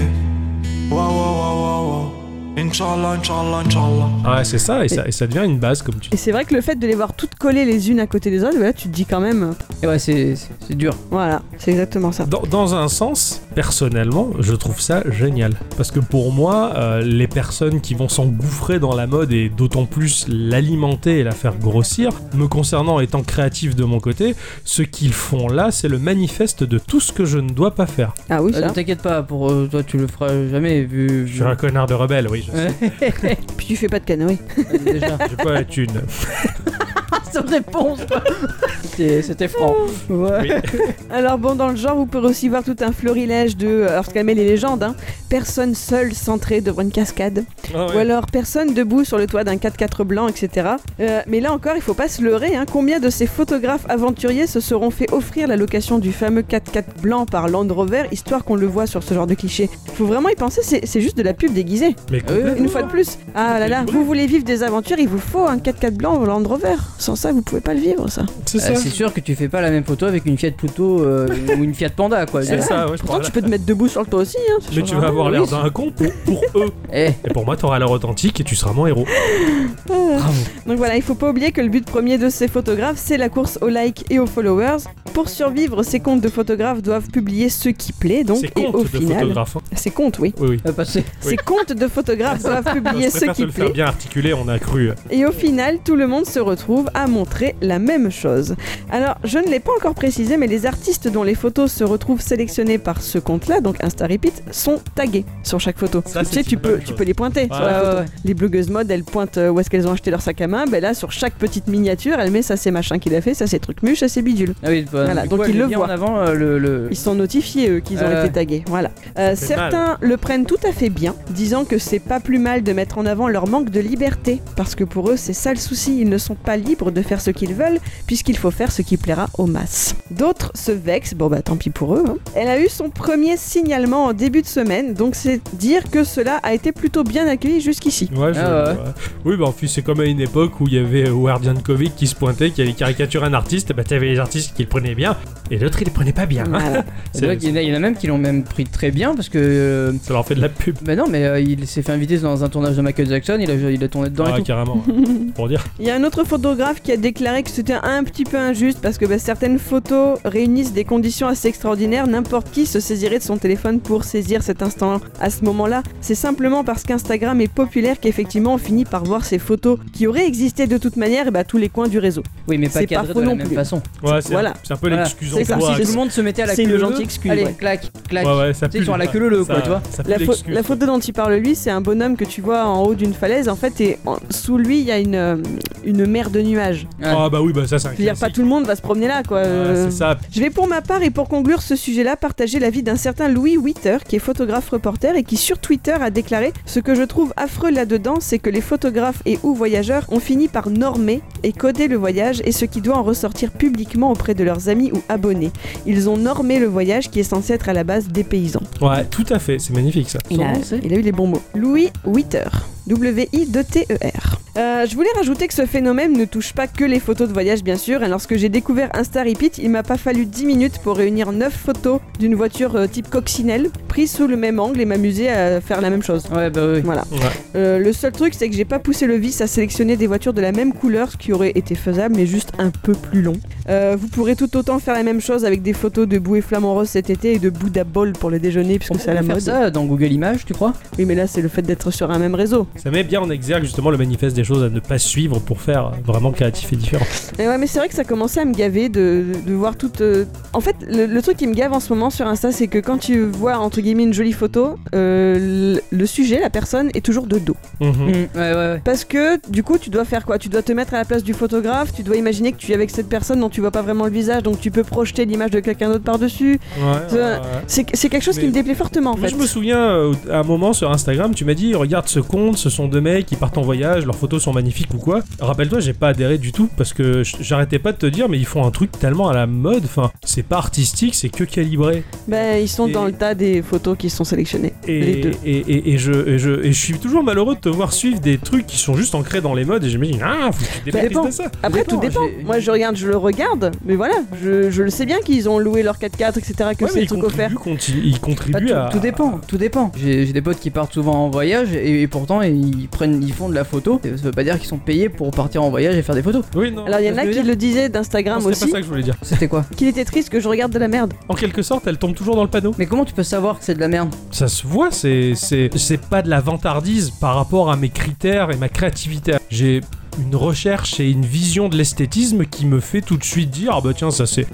G: Waouh, waouh, waouh, waouh, waouh. Inch'Allah, Inch'Allah, Inch'Allah.
A: Ouais, c'est ça et, ça, et ça devient une base comme tu
C: Et c'est vrai que le fait de les voir toutes collées les unes à côté des autres, voilà, tu te dis quand même,
B: Et ouais, c'est c'est- c'est dur.
C: voilà, c'est exactement ça.
A: Dans, dans un sens, personnellement, je trouve ça génial. Parce que pour moi, euh, les personnes qui vont s'engouffrer dans la mode et d'autant plus l'alimenter et la faire grossir, me concernant étant créatif de mon côté, ce qu'ils font là, c'est le manifeste de tout ce que je ne dois pas faire.
C: Ah oui,
B: Euh,
C: ça.
B: ne T'inquiète pas, pour euh, toi, tu le feras jamais vu.
A: Je suis un connard de rebelle, oui, je sais.
B: Ouais,
C: Puis tu fais pas de canoë.
B: déjà.
A: J'ai pas la thune.
B: Sans réponse, quoi. C'était c'était franc.
A: Oui.
C: Alors bon, dans le genre, vous pouvez aussi voir tout un florilège de euh, alors ce qu'elle met les légendes. hein. Personne seule centrée devant une cascade.
A: Ah ouais.
C: Ou alors personne debout sur le toit d'un 4x4 blanc, etc. Euh, mais là encore, il faut pas se leurrer. hein. Combien de ces photographes aventuriers se seront fait offrir la location du fameux 4x4 blanc par Land Rover, histoire qu'on le voit sur ce genre de cliché Faut vraiment y penser, c'est c'est juste de la pub déguisée.
A: Mais complètement.
C: Une fois de plus. Ah là là, vous voulez vivre des aventures, il vous faut un 4x4 blanc au Land Rover. Sans ça, vous pouvez pas le vivre, ça.
A: c'est ça.
B: Euh, c'est sûr que tu fais pas la même photo avec une Fiat Pluto euh, ou une Fiat Panda, quoi.
A: C'est ça, ouais, je
C: Pourtant,
A: parle.
C: tu peux te mettre debout sur le toit aussi. Hein, ça
A: Mais
C: change
A: tu vas
C: rien.
A: avoir
C: Oui,
A: l'air d'un con pour, pour eux.
B: Eh,
A: Et pour moi, t'auras l'air authentique et tu seras mon héros.
B: bravo.
C: Donc voilà, il faut pas oublier que le but premier de ces photographes, c'est la course aux likes et aux followers. Pour survivre, ces comptes de photographes doivent publier ce qui plaît, donc,
A: C'est
C: et
A: compte
C: au
A: de
C: final.
A: photographe. hein.
C: Ces comptes, oui.
A: Oui, oui.
B: Euh, parce que-
A: Oui.
C: Ces comptes de photographes doivent publier
A: Je
C: ce
A: préfère te
C: qui
A: le faire
C: plaît,
A: bien articulé, on a cru.
C: et au final, tout le monde se retrouve à montrer la même chose. Alors, je ne l'ai pas encore précisé, mais les artistes dont les photos se retrouvent sélectionnées par ce compte-là, donc Insta Repeat, sont tagués sur chaque photo.
A: Ça,
C: Parce que
A: c'est
C: tu sais, tu
A: une
C: peux,
A: bonne
C: tu
A: chose.
C: peux les pointer sur
A: Ouais,
C: la
B: ouais,
C: photo.
B: ouais.
C: Les blogueuses mode, elles pointent euh, où est-ce qu'elles ont acheté leur sac à main. Ben là, sur chaque petite miniature, elle met ça c'est machin qu'il a fait, ça c'est truc muche, ça c'est bidule.
B: Ah oui, bah,
C: Voilà,
B: du
C: donc
B: coup,
C: il
B: elle
C: le
B: met bien
C: voit.
B: en avant euh, le. le-
C: Ils sont notifiés, eux, qu'ils ont
B: Euh.
C: été tagués. Voilà. Euh,
A: Ça fait
C: certains le prennent tout à fait bien, disant que c'est pas plus mal de mettre en avant leur manque de liberté. Parce que pour eux, c'est ça le souci, ils ne sont pas libres de faire ce qu'ils veulent, puisqu'il faut faire ce qui plaira aux masses. D'autres se vexent, bon bah tant pis pour eux. hein. Elle a eu son premier signalement en début de semaine, donc c'est dire que cela a été plutôt bien accueilli jusqu'ici.
A: Ouais, je-
B: Ah ouais.
A: ouais. Oui, bah en plus, c'est comme à une époque où il y avait euh, Guardian Kovic qui se pointait, qui allait caricaturer un artiste, et bah t'avais les artistes qui le prenaient bien, et d'autres ils le prenaient pas bien. hein.
C: Voilà.
B: C'est vrai
A: C'est-
B: qu'il y en a- il y en a même qui l'ont même pris très bien parce que. euh,
A: Ça leur fait de la pub.
B: Bah non, mais euh, il s'est fait inviter dans un tournage de Michael Jackson, il a, il a tourné dedans
A: Ah,
B: et tout.
A: carrément. ouais. Pour dire.
C: Il y a un autre photographe qui a déclaré que c'était un petit peu injuste parce que bah, certaines photos réunissent des conditions assez extraordinaires. N'importe qui se saisirait de son téléphone pour saisir cet instant à ce moment-là. C'est simplement parce qu'Instagram est populaire qu'effectivement on finit par voir ces photos qui auraient existé de toute manière et bah, tous les coins du réseau.
B: Oui, mais pas
C: C'est
B: cadré
C: pas
B: de
C: faux
B: la
C: non
B: même
C: plus.
B: façon.
A: Ouais, c'est
C: Voilà.
A: c'est un peu
B: Voilà.
A: l'excuse en
C: C'est ça,
A: bois.
B: Si
C: c'est
B: tout le monde se mettait à la
C: C'est
B: queue
C: une
B: leu,
C: gentille excuse,
B: Allez,
C: ouais.
B: clac, clac.
A: Ouais, ouais, ça
B: Tu sais,
A: pue,
B: sur la
A: ouais.
B: queue leu,
A: Ça-
B: quoi, tu vois.
A: Ça pue
C: La, pho-
A: l'excuse.
C: la photo dont il parle lui, c'est un bonhomme que tu vois en haut d'une falaise. En fait, et en- sous lui, il y a une, euh, une mer de nuages.
A: Ah, bah oui, bah ça, c'est un
C: Je veux dire, pas
A: classique.
C: tout le monde va se promener là, quoi.
A: Ah,
C: Euh,
A: C'est ça.
C: Je vais pour ma part et pour conclure ce sujet-là partager l'avis d'un certain Louis Witter, qui est photographe reporter et qui sur Twitter a déclaré Ce que je trouve affreux là-dedans, c'est que les photographes et ou voyageurs ont fini par normer et coder le voyage et ce qui doit en ressortir publiquement auprès de leurs amis ou abonnés. Ils ont normé le voyage qui est censé être à la base des paysans.
A: Ouais, tout à fait, c'est magnifique ça.
C: Il a, il a eu les bons mots. Louis Witter. W-I-D-T-E-R. Euh, je voulais rajouter que ce phénomène ne touche pas que les photos de voyage, bien sûr. Et lorsque j'ai découvert Insta Repeat, il m'a pas fallu 10 minutes pour réunir 9 photos d'une voiture euh, type coccinelle, prise sous le même angle et m'amuser à faire la même chose.
B: Ouais, bah oui.
C: Voilà.
A: Ouais.
C: Euh, le seul truc, c'est que j'ai pas poussé le vice à sélectionner des voitures de la même couleur, ce qui aurait été faisable, mais juste un peu plus long. Euh, vous pourrez tout autant faire la même chose avec des photos de bouée flamant rose cet été et de Bouddha Ball pour le déjeuner,
B: On
C: puisque c'est à
B: peut
C: la
B: faire
C: mode.
B: ça dans Google Images, tu crois
C: Oui, mais là, c'est le fait d'être sur un même réseau.
A: Ça met bien en exergue justement le manifeste des choses à ne pas suivre pour faire vraiment créatif et différent.
C: Et ouais, mais c'est vrai que ça commençait à me gaver de, de voir toute. euh, En fait, le, le truc qui me gave en ce moment sur Insta, c'est que quand tu vois entre guillemets une jolie photo, euh, le, le sujet, la personne est toujours de dos.
A: Mhm.
B: Mm, Ouais, ouais, ouais.
C: Parce que du coup, tu dois faire quoi Tu dois te mettre à la place du photographe, tu dois imaginer que tu es avec cette personne dont tu tu vois pas vraiment le visage, donc tu peux projeter l'image de quelqu'un d'autre par-dessus.
A: Ouais,
C: C'est-
A: ouais, ouais.
C: C'est c'est quelque chose
A: Mais-
C: qui me déplaît fortement en
A: Moi,
C: fait.
A: je me souviens, euh, à un moment sur Instagram, tu m'as dit Regarde ce compte, ce sont deux mecs qui partent en voyage, leurs photos sont magnifiques ou quoi. Rappelle-toi, j'ai pas adhéré du tout parce que j- j'arrêtais pas de te dire, mais ils font un truc tellement à la mode, enfin, c'est pas artistique, c'est que calibré.
C: Ben, ils sont
A: Et-
C: dans le tas des photos qui sont sélectionnées. Les
A: Et,
C: deux.
A: et, et- et je, et je, et je suis toujours malheureux de te voir suivre des trucs qui sont juste ancrés dans les modes et je me dis Ah, faut que tu te
C: Ça
A: dépasses
C: dépend.
A: de ça.
C: Après,
B: dépend,
C: tout dépend.
B: j'ai-
C: Moi, je regarde, je le regarde, mais voilà, je, je le sais bien qu'ils ont loué leur 4x4, etc., que
A: Ouais,
C: c'est
A: mais
C: le
A: ils
C: truc
A: contribuent,
C: offert.
A: conti- ils
B: Bah,
A: contribuent
B: tout,
A: à.
B: tout dépend, tout dépend. J'ai j'ai des potes qui partent souvent en voyage et, et pourtant ils prennent, ils font de la photo. Ça veut pas dire qu'ils sont payés pour partir en voyage et faire des photos.
A: Oui, non.
C: Alors, il y en
B: Ça
C: a
B: veut
C: qui
B: dire-
C: le disaient
A: non,
C: d'Instagram
A: c'est pas
C: aussi,
A: ça que je voulais dire.
B: C'était quoi
C: qu'il était triste que je regarde de la merde.
A: En quelque sorte, elle tombe toujours dans le panneau.
B: Mais comment tu peux savoir que c'est de la merde
A: Ça se voit, c'est c'est c'est pas de la vantardise par rapport à mes critères et ma créativité. J'ai une recherche et une vision de l'esthétisme qui me fait tout de suite dire ah bah tiens ça c'est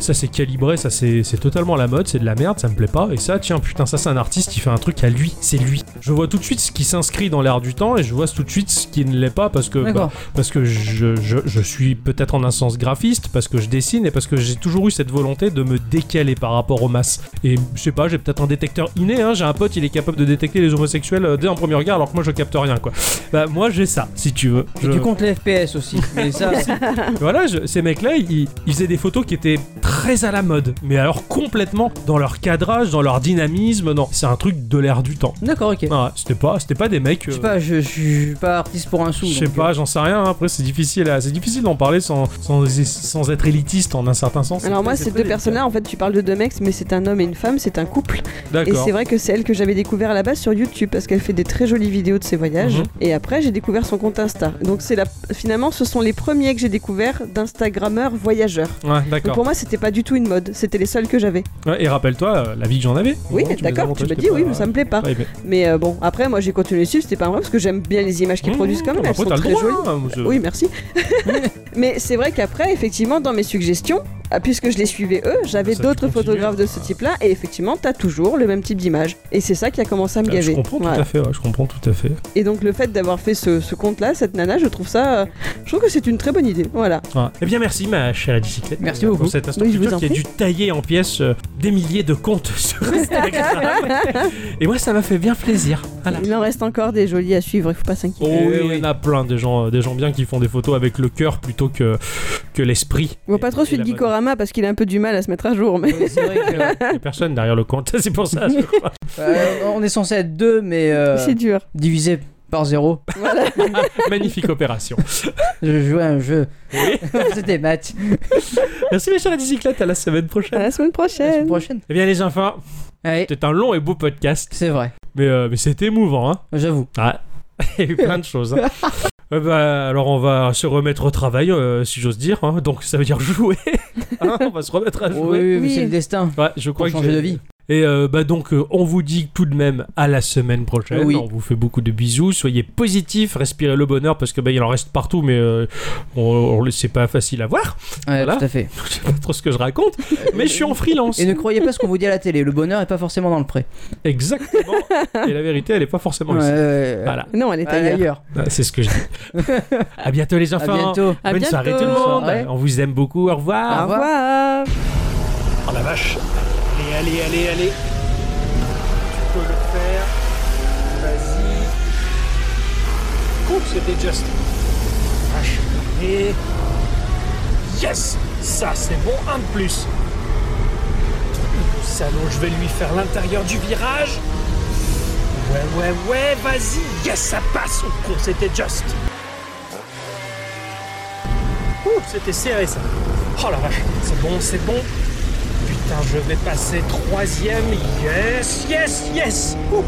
A: ça c'est calibré, ça c'est c'est totalement la mode, c'est de la merde, ça me plaît pas et ça tiens putain ça c'est un artiste qui fait un truc à lui, c'est lui. Je vois tout de suite ce qui s'inscrit dans l'air du temps et je vois tout de suite ce qui ne l'est pas parce que bah,
B: D'accord.
A: parce que je, je, je suis peut-être en un sens graphiste, parce que je dessine et parce que j'ai toujours eu cette volonté de me décaler par rapport aux masses. Et je sais pas, j'ai peut-être un détecteur inné, hein, j'ai un pote, il est capable de détecter les homosexuels euh, dès un premier regard alors que moi je capte rien quoi. Bah moi j'ai ça, si tu veux.
B: Et
A: Je-
B: Tu comptes les FPS aussi. mais ça,
A: voilà, je- ces mecs-là, ils, ils faisaient des photos qui étaient très à la mode, mais alors complètement dans leur cadrage, dans leur dynamisme, non, c'est un truc de l'air du temps.
B: D'accord, ok.
A: Ouais, c'était pas, c'était pas des mecs.
B: Je
A: euh,
B: sais pas, je, je suis pas artiste pour un sou.
A: Je sais
B: donc, euh,
A: pas,
C: euh.
A: j'en sais rien. hein. Après, c'est difficile, à- c'est difficile d'en parler sans, sans, sans être élitiste en un certain sens.
C: Alors, moi,
A: C'est
C: ces
A: très
C: deux
A: délicat.
C: personnes-là, en fait, tu parles de deux mecs, mais c'est un homme et une femme, c'est un couple. Et
A: D'accord.
C: c'est vrai que c'est elle que j'avais découvert à la base sur YouTube parce qu'elle fait des très jolies vidéos de ses voyages.
A: Mhm.
C: Et après, j'ai découvert son compte Insta. Donc, c'est la... finalement, ce sont les premiers que j'ai découverts d'Instagrammeurs voyageurs.
A: Ouais,
C: Donc,
A: d'accord.
C: pour moi, c'était pas du tout une mode, c'était les seuls que j'avais.
A: Ouais, et rappelle-toi euh, la vie que j'en avais.
C: Oui,
A: Au moment où
C: d'accord,
A: tu
C: tu
A: me
C: m'as dit oui, mais
A: hein.
C: ça me plaît pas. Mais euh, bon, après, moi j'ai continué à suivre, c'était pas vrai parce que j'aime bien les images
A: Mmh,
C: qu'ils produisent
A: ah
C: quand
A: bah,
C: même, elles sont très
A: hein,
C: jolies. Oui, merci. mais c'est vrai qu'après, effectivement, dans mes suggestions, ah, puisque je les suivais eux, j'avais
A: Ah, bah, Ça, tu
C: d'autres
A: continues, hein.
C: photographes de ce type-là, et effectivement, t'as toujours le même type d'image. Et c'est ça qui a commencé à me gaver.
A: Ah, je comprends
C: Voilà.
A: tout à fait, ouais, je comprends tout à fait.
C: Et donc le fait d'avoir fait ce, ce compte-là, cette nana, je trouve ça, euh, je trouve que c'est une très bonne idée. Voilà.
A: Ouais. Eh bien, merci, ma chère bicyclette.
B: Merci
A: pour
B: beaucoup.
A: cette instant
C: Oui, je vous
A: culture
C: en
A: qui a
C: prie.
A: dû tailler en pièces euh, des milliers de comptes sur Instagram. et moi, ça m'a fait bien plaisir. Voilà.
C: Il en reste encore des jolies à suivre, il faut pas s'inquiéter.
A: Oh,
B: Euh,
A: oui, il y en a plein des gens, euh, des gens bien qui font des photos avec le cœur plutôt que, que l'esprit.
C: Bon, pas trop
A: Oh, Et- et
C: suite
A: la mode.
C: Gikorama parce qu'il a un peu du mal à se mettre à jour, mais
B: euh, c'est vrai que, euh,
A: Il y a personne derrière le compte, c'est pour ça. je crois.
B: euh, on est censé être deux, mais euh,
C: c'est dur.
B: divisé par zéro.
A: Magnifique opération.
B: Je jouais à un jeu. C'était maths.
A: Merci mes chers bicyclettes, à la semaine
C: À
A: prochaine.
C: la semaine
B: À la
C: prochaine.
B: semaine prochaine.
A: Eh bien les enfants,
B: Ouais,
A: c'était un long et beau podcast,
B: c'est vrai.
A: mais, euh, mais c'était émouvant. Hein
B: J'avoue.
A: ah. Il y a eu plein de choses. hein. Eh ben, alors on va se remettre au travail, euh, si j'ose dire. hein. Donc ça veut dire jouer. Hein, on va se remettre à
B: Oui,
A: jouer.
B: oui, mais c'est le destin.
A: Ouais, je crois
B: Pour
A: que
B: changer
A: j'ai-
B: de vie.
A: Et euh, bah donc euh, on vous dit tout de même à la semaine prochaine.
B: Oui.
A: On vous fait beaucoup de bisous. Soyez positifs, respirez le bonheur parce que bah, il en reste partout, mais euh, on, on le c'est pas facile à voir.
B: Ouais,
A: Voilà.
B: tout à fait.
A: Je sais pas trop ce que je raconte, mais je suis en freelance.
B: Et ne croyez pas ce qu'on vous dit à la télé. Le bonheur est pas forcément dans le pré.
A: Exactement. Et la vérité, elle est pas forcément
B: Ouais,
A: ici.
B: ouais, ouais.
A: Voilà,
C: Non, elle est
B: Allez,
C: ailleurs.
B: ailleurs.
A: Ah, c'est ce que je dis. à bientôt les
B: À
A: enfants.
B: bientôt.
C: À
A: Bonne
C: bientôt.
A: soirée tout le
B: Bonne
A: monde.
B: soirée.
A: On vous aime beaucoup. Au revoir.
B: Au
C: Au
B: revoir.
C: revoir.
H: Oh la vache Allez, allez, allez, allez Tu peux le faire. Vas-y. Cool, c'était juste. Vache. Et... Yes Ça, c'est bon, un de plus. Le salon, je vais lui faire l'intérieur du virage. Ouais, ouais, ouais, vas-y. Yes, ça passe. Oh, cool, c'était juste. Ouh, c'était serré ça. Oh la vache, c'est bon, c'est bon. Putain, je vais passer troisième. Yes, yes, yes. Ouh.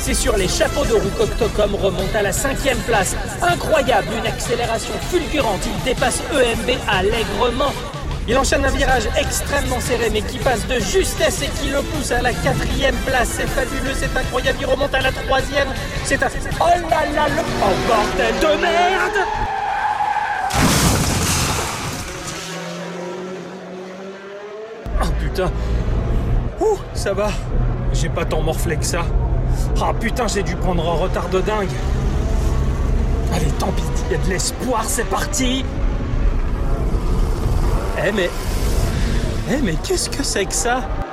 H: C'est sur les chapeaux de roue qu'Octocom remonte à la cinquième place. Incroyable, une accélération fulgurante. Il dépasse EMB allègrement. Il enchaîne un virage extrêmement serré, mais qui passe de justesse et qui le pousse à la quatrième place. C'est fabuleux, c'est incroyable. Il remonte à la troisième. C'est un. Oh là là, le. Oh bordel de merde! Oh putain Ouh, ça va J'ai pas tant morflé que ça. Ah putain, j'ai dû prendre un retard de dingue.
A: Allez, tant pis, il y a de l'espoir, c'est parti Eh mais... Eh mais qu'est-ce que c'est que ça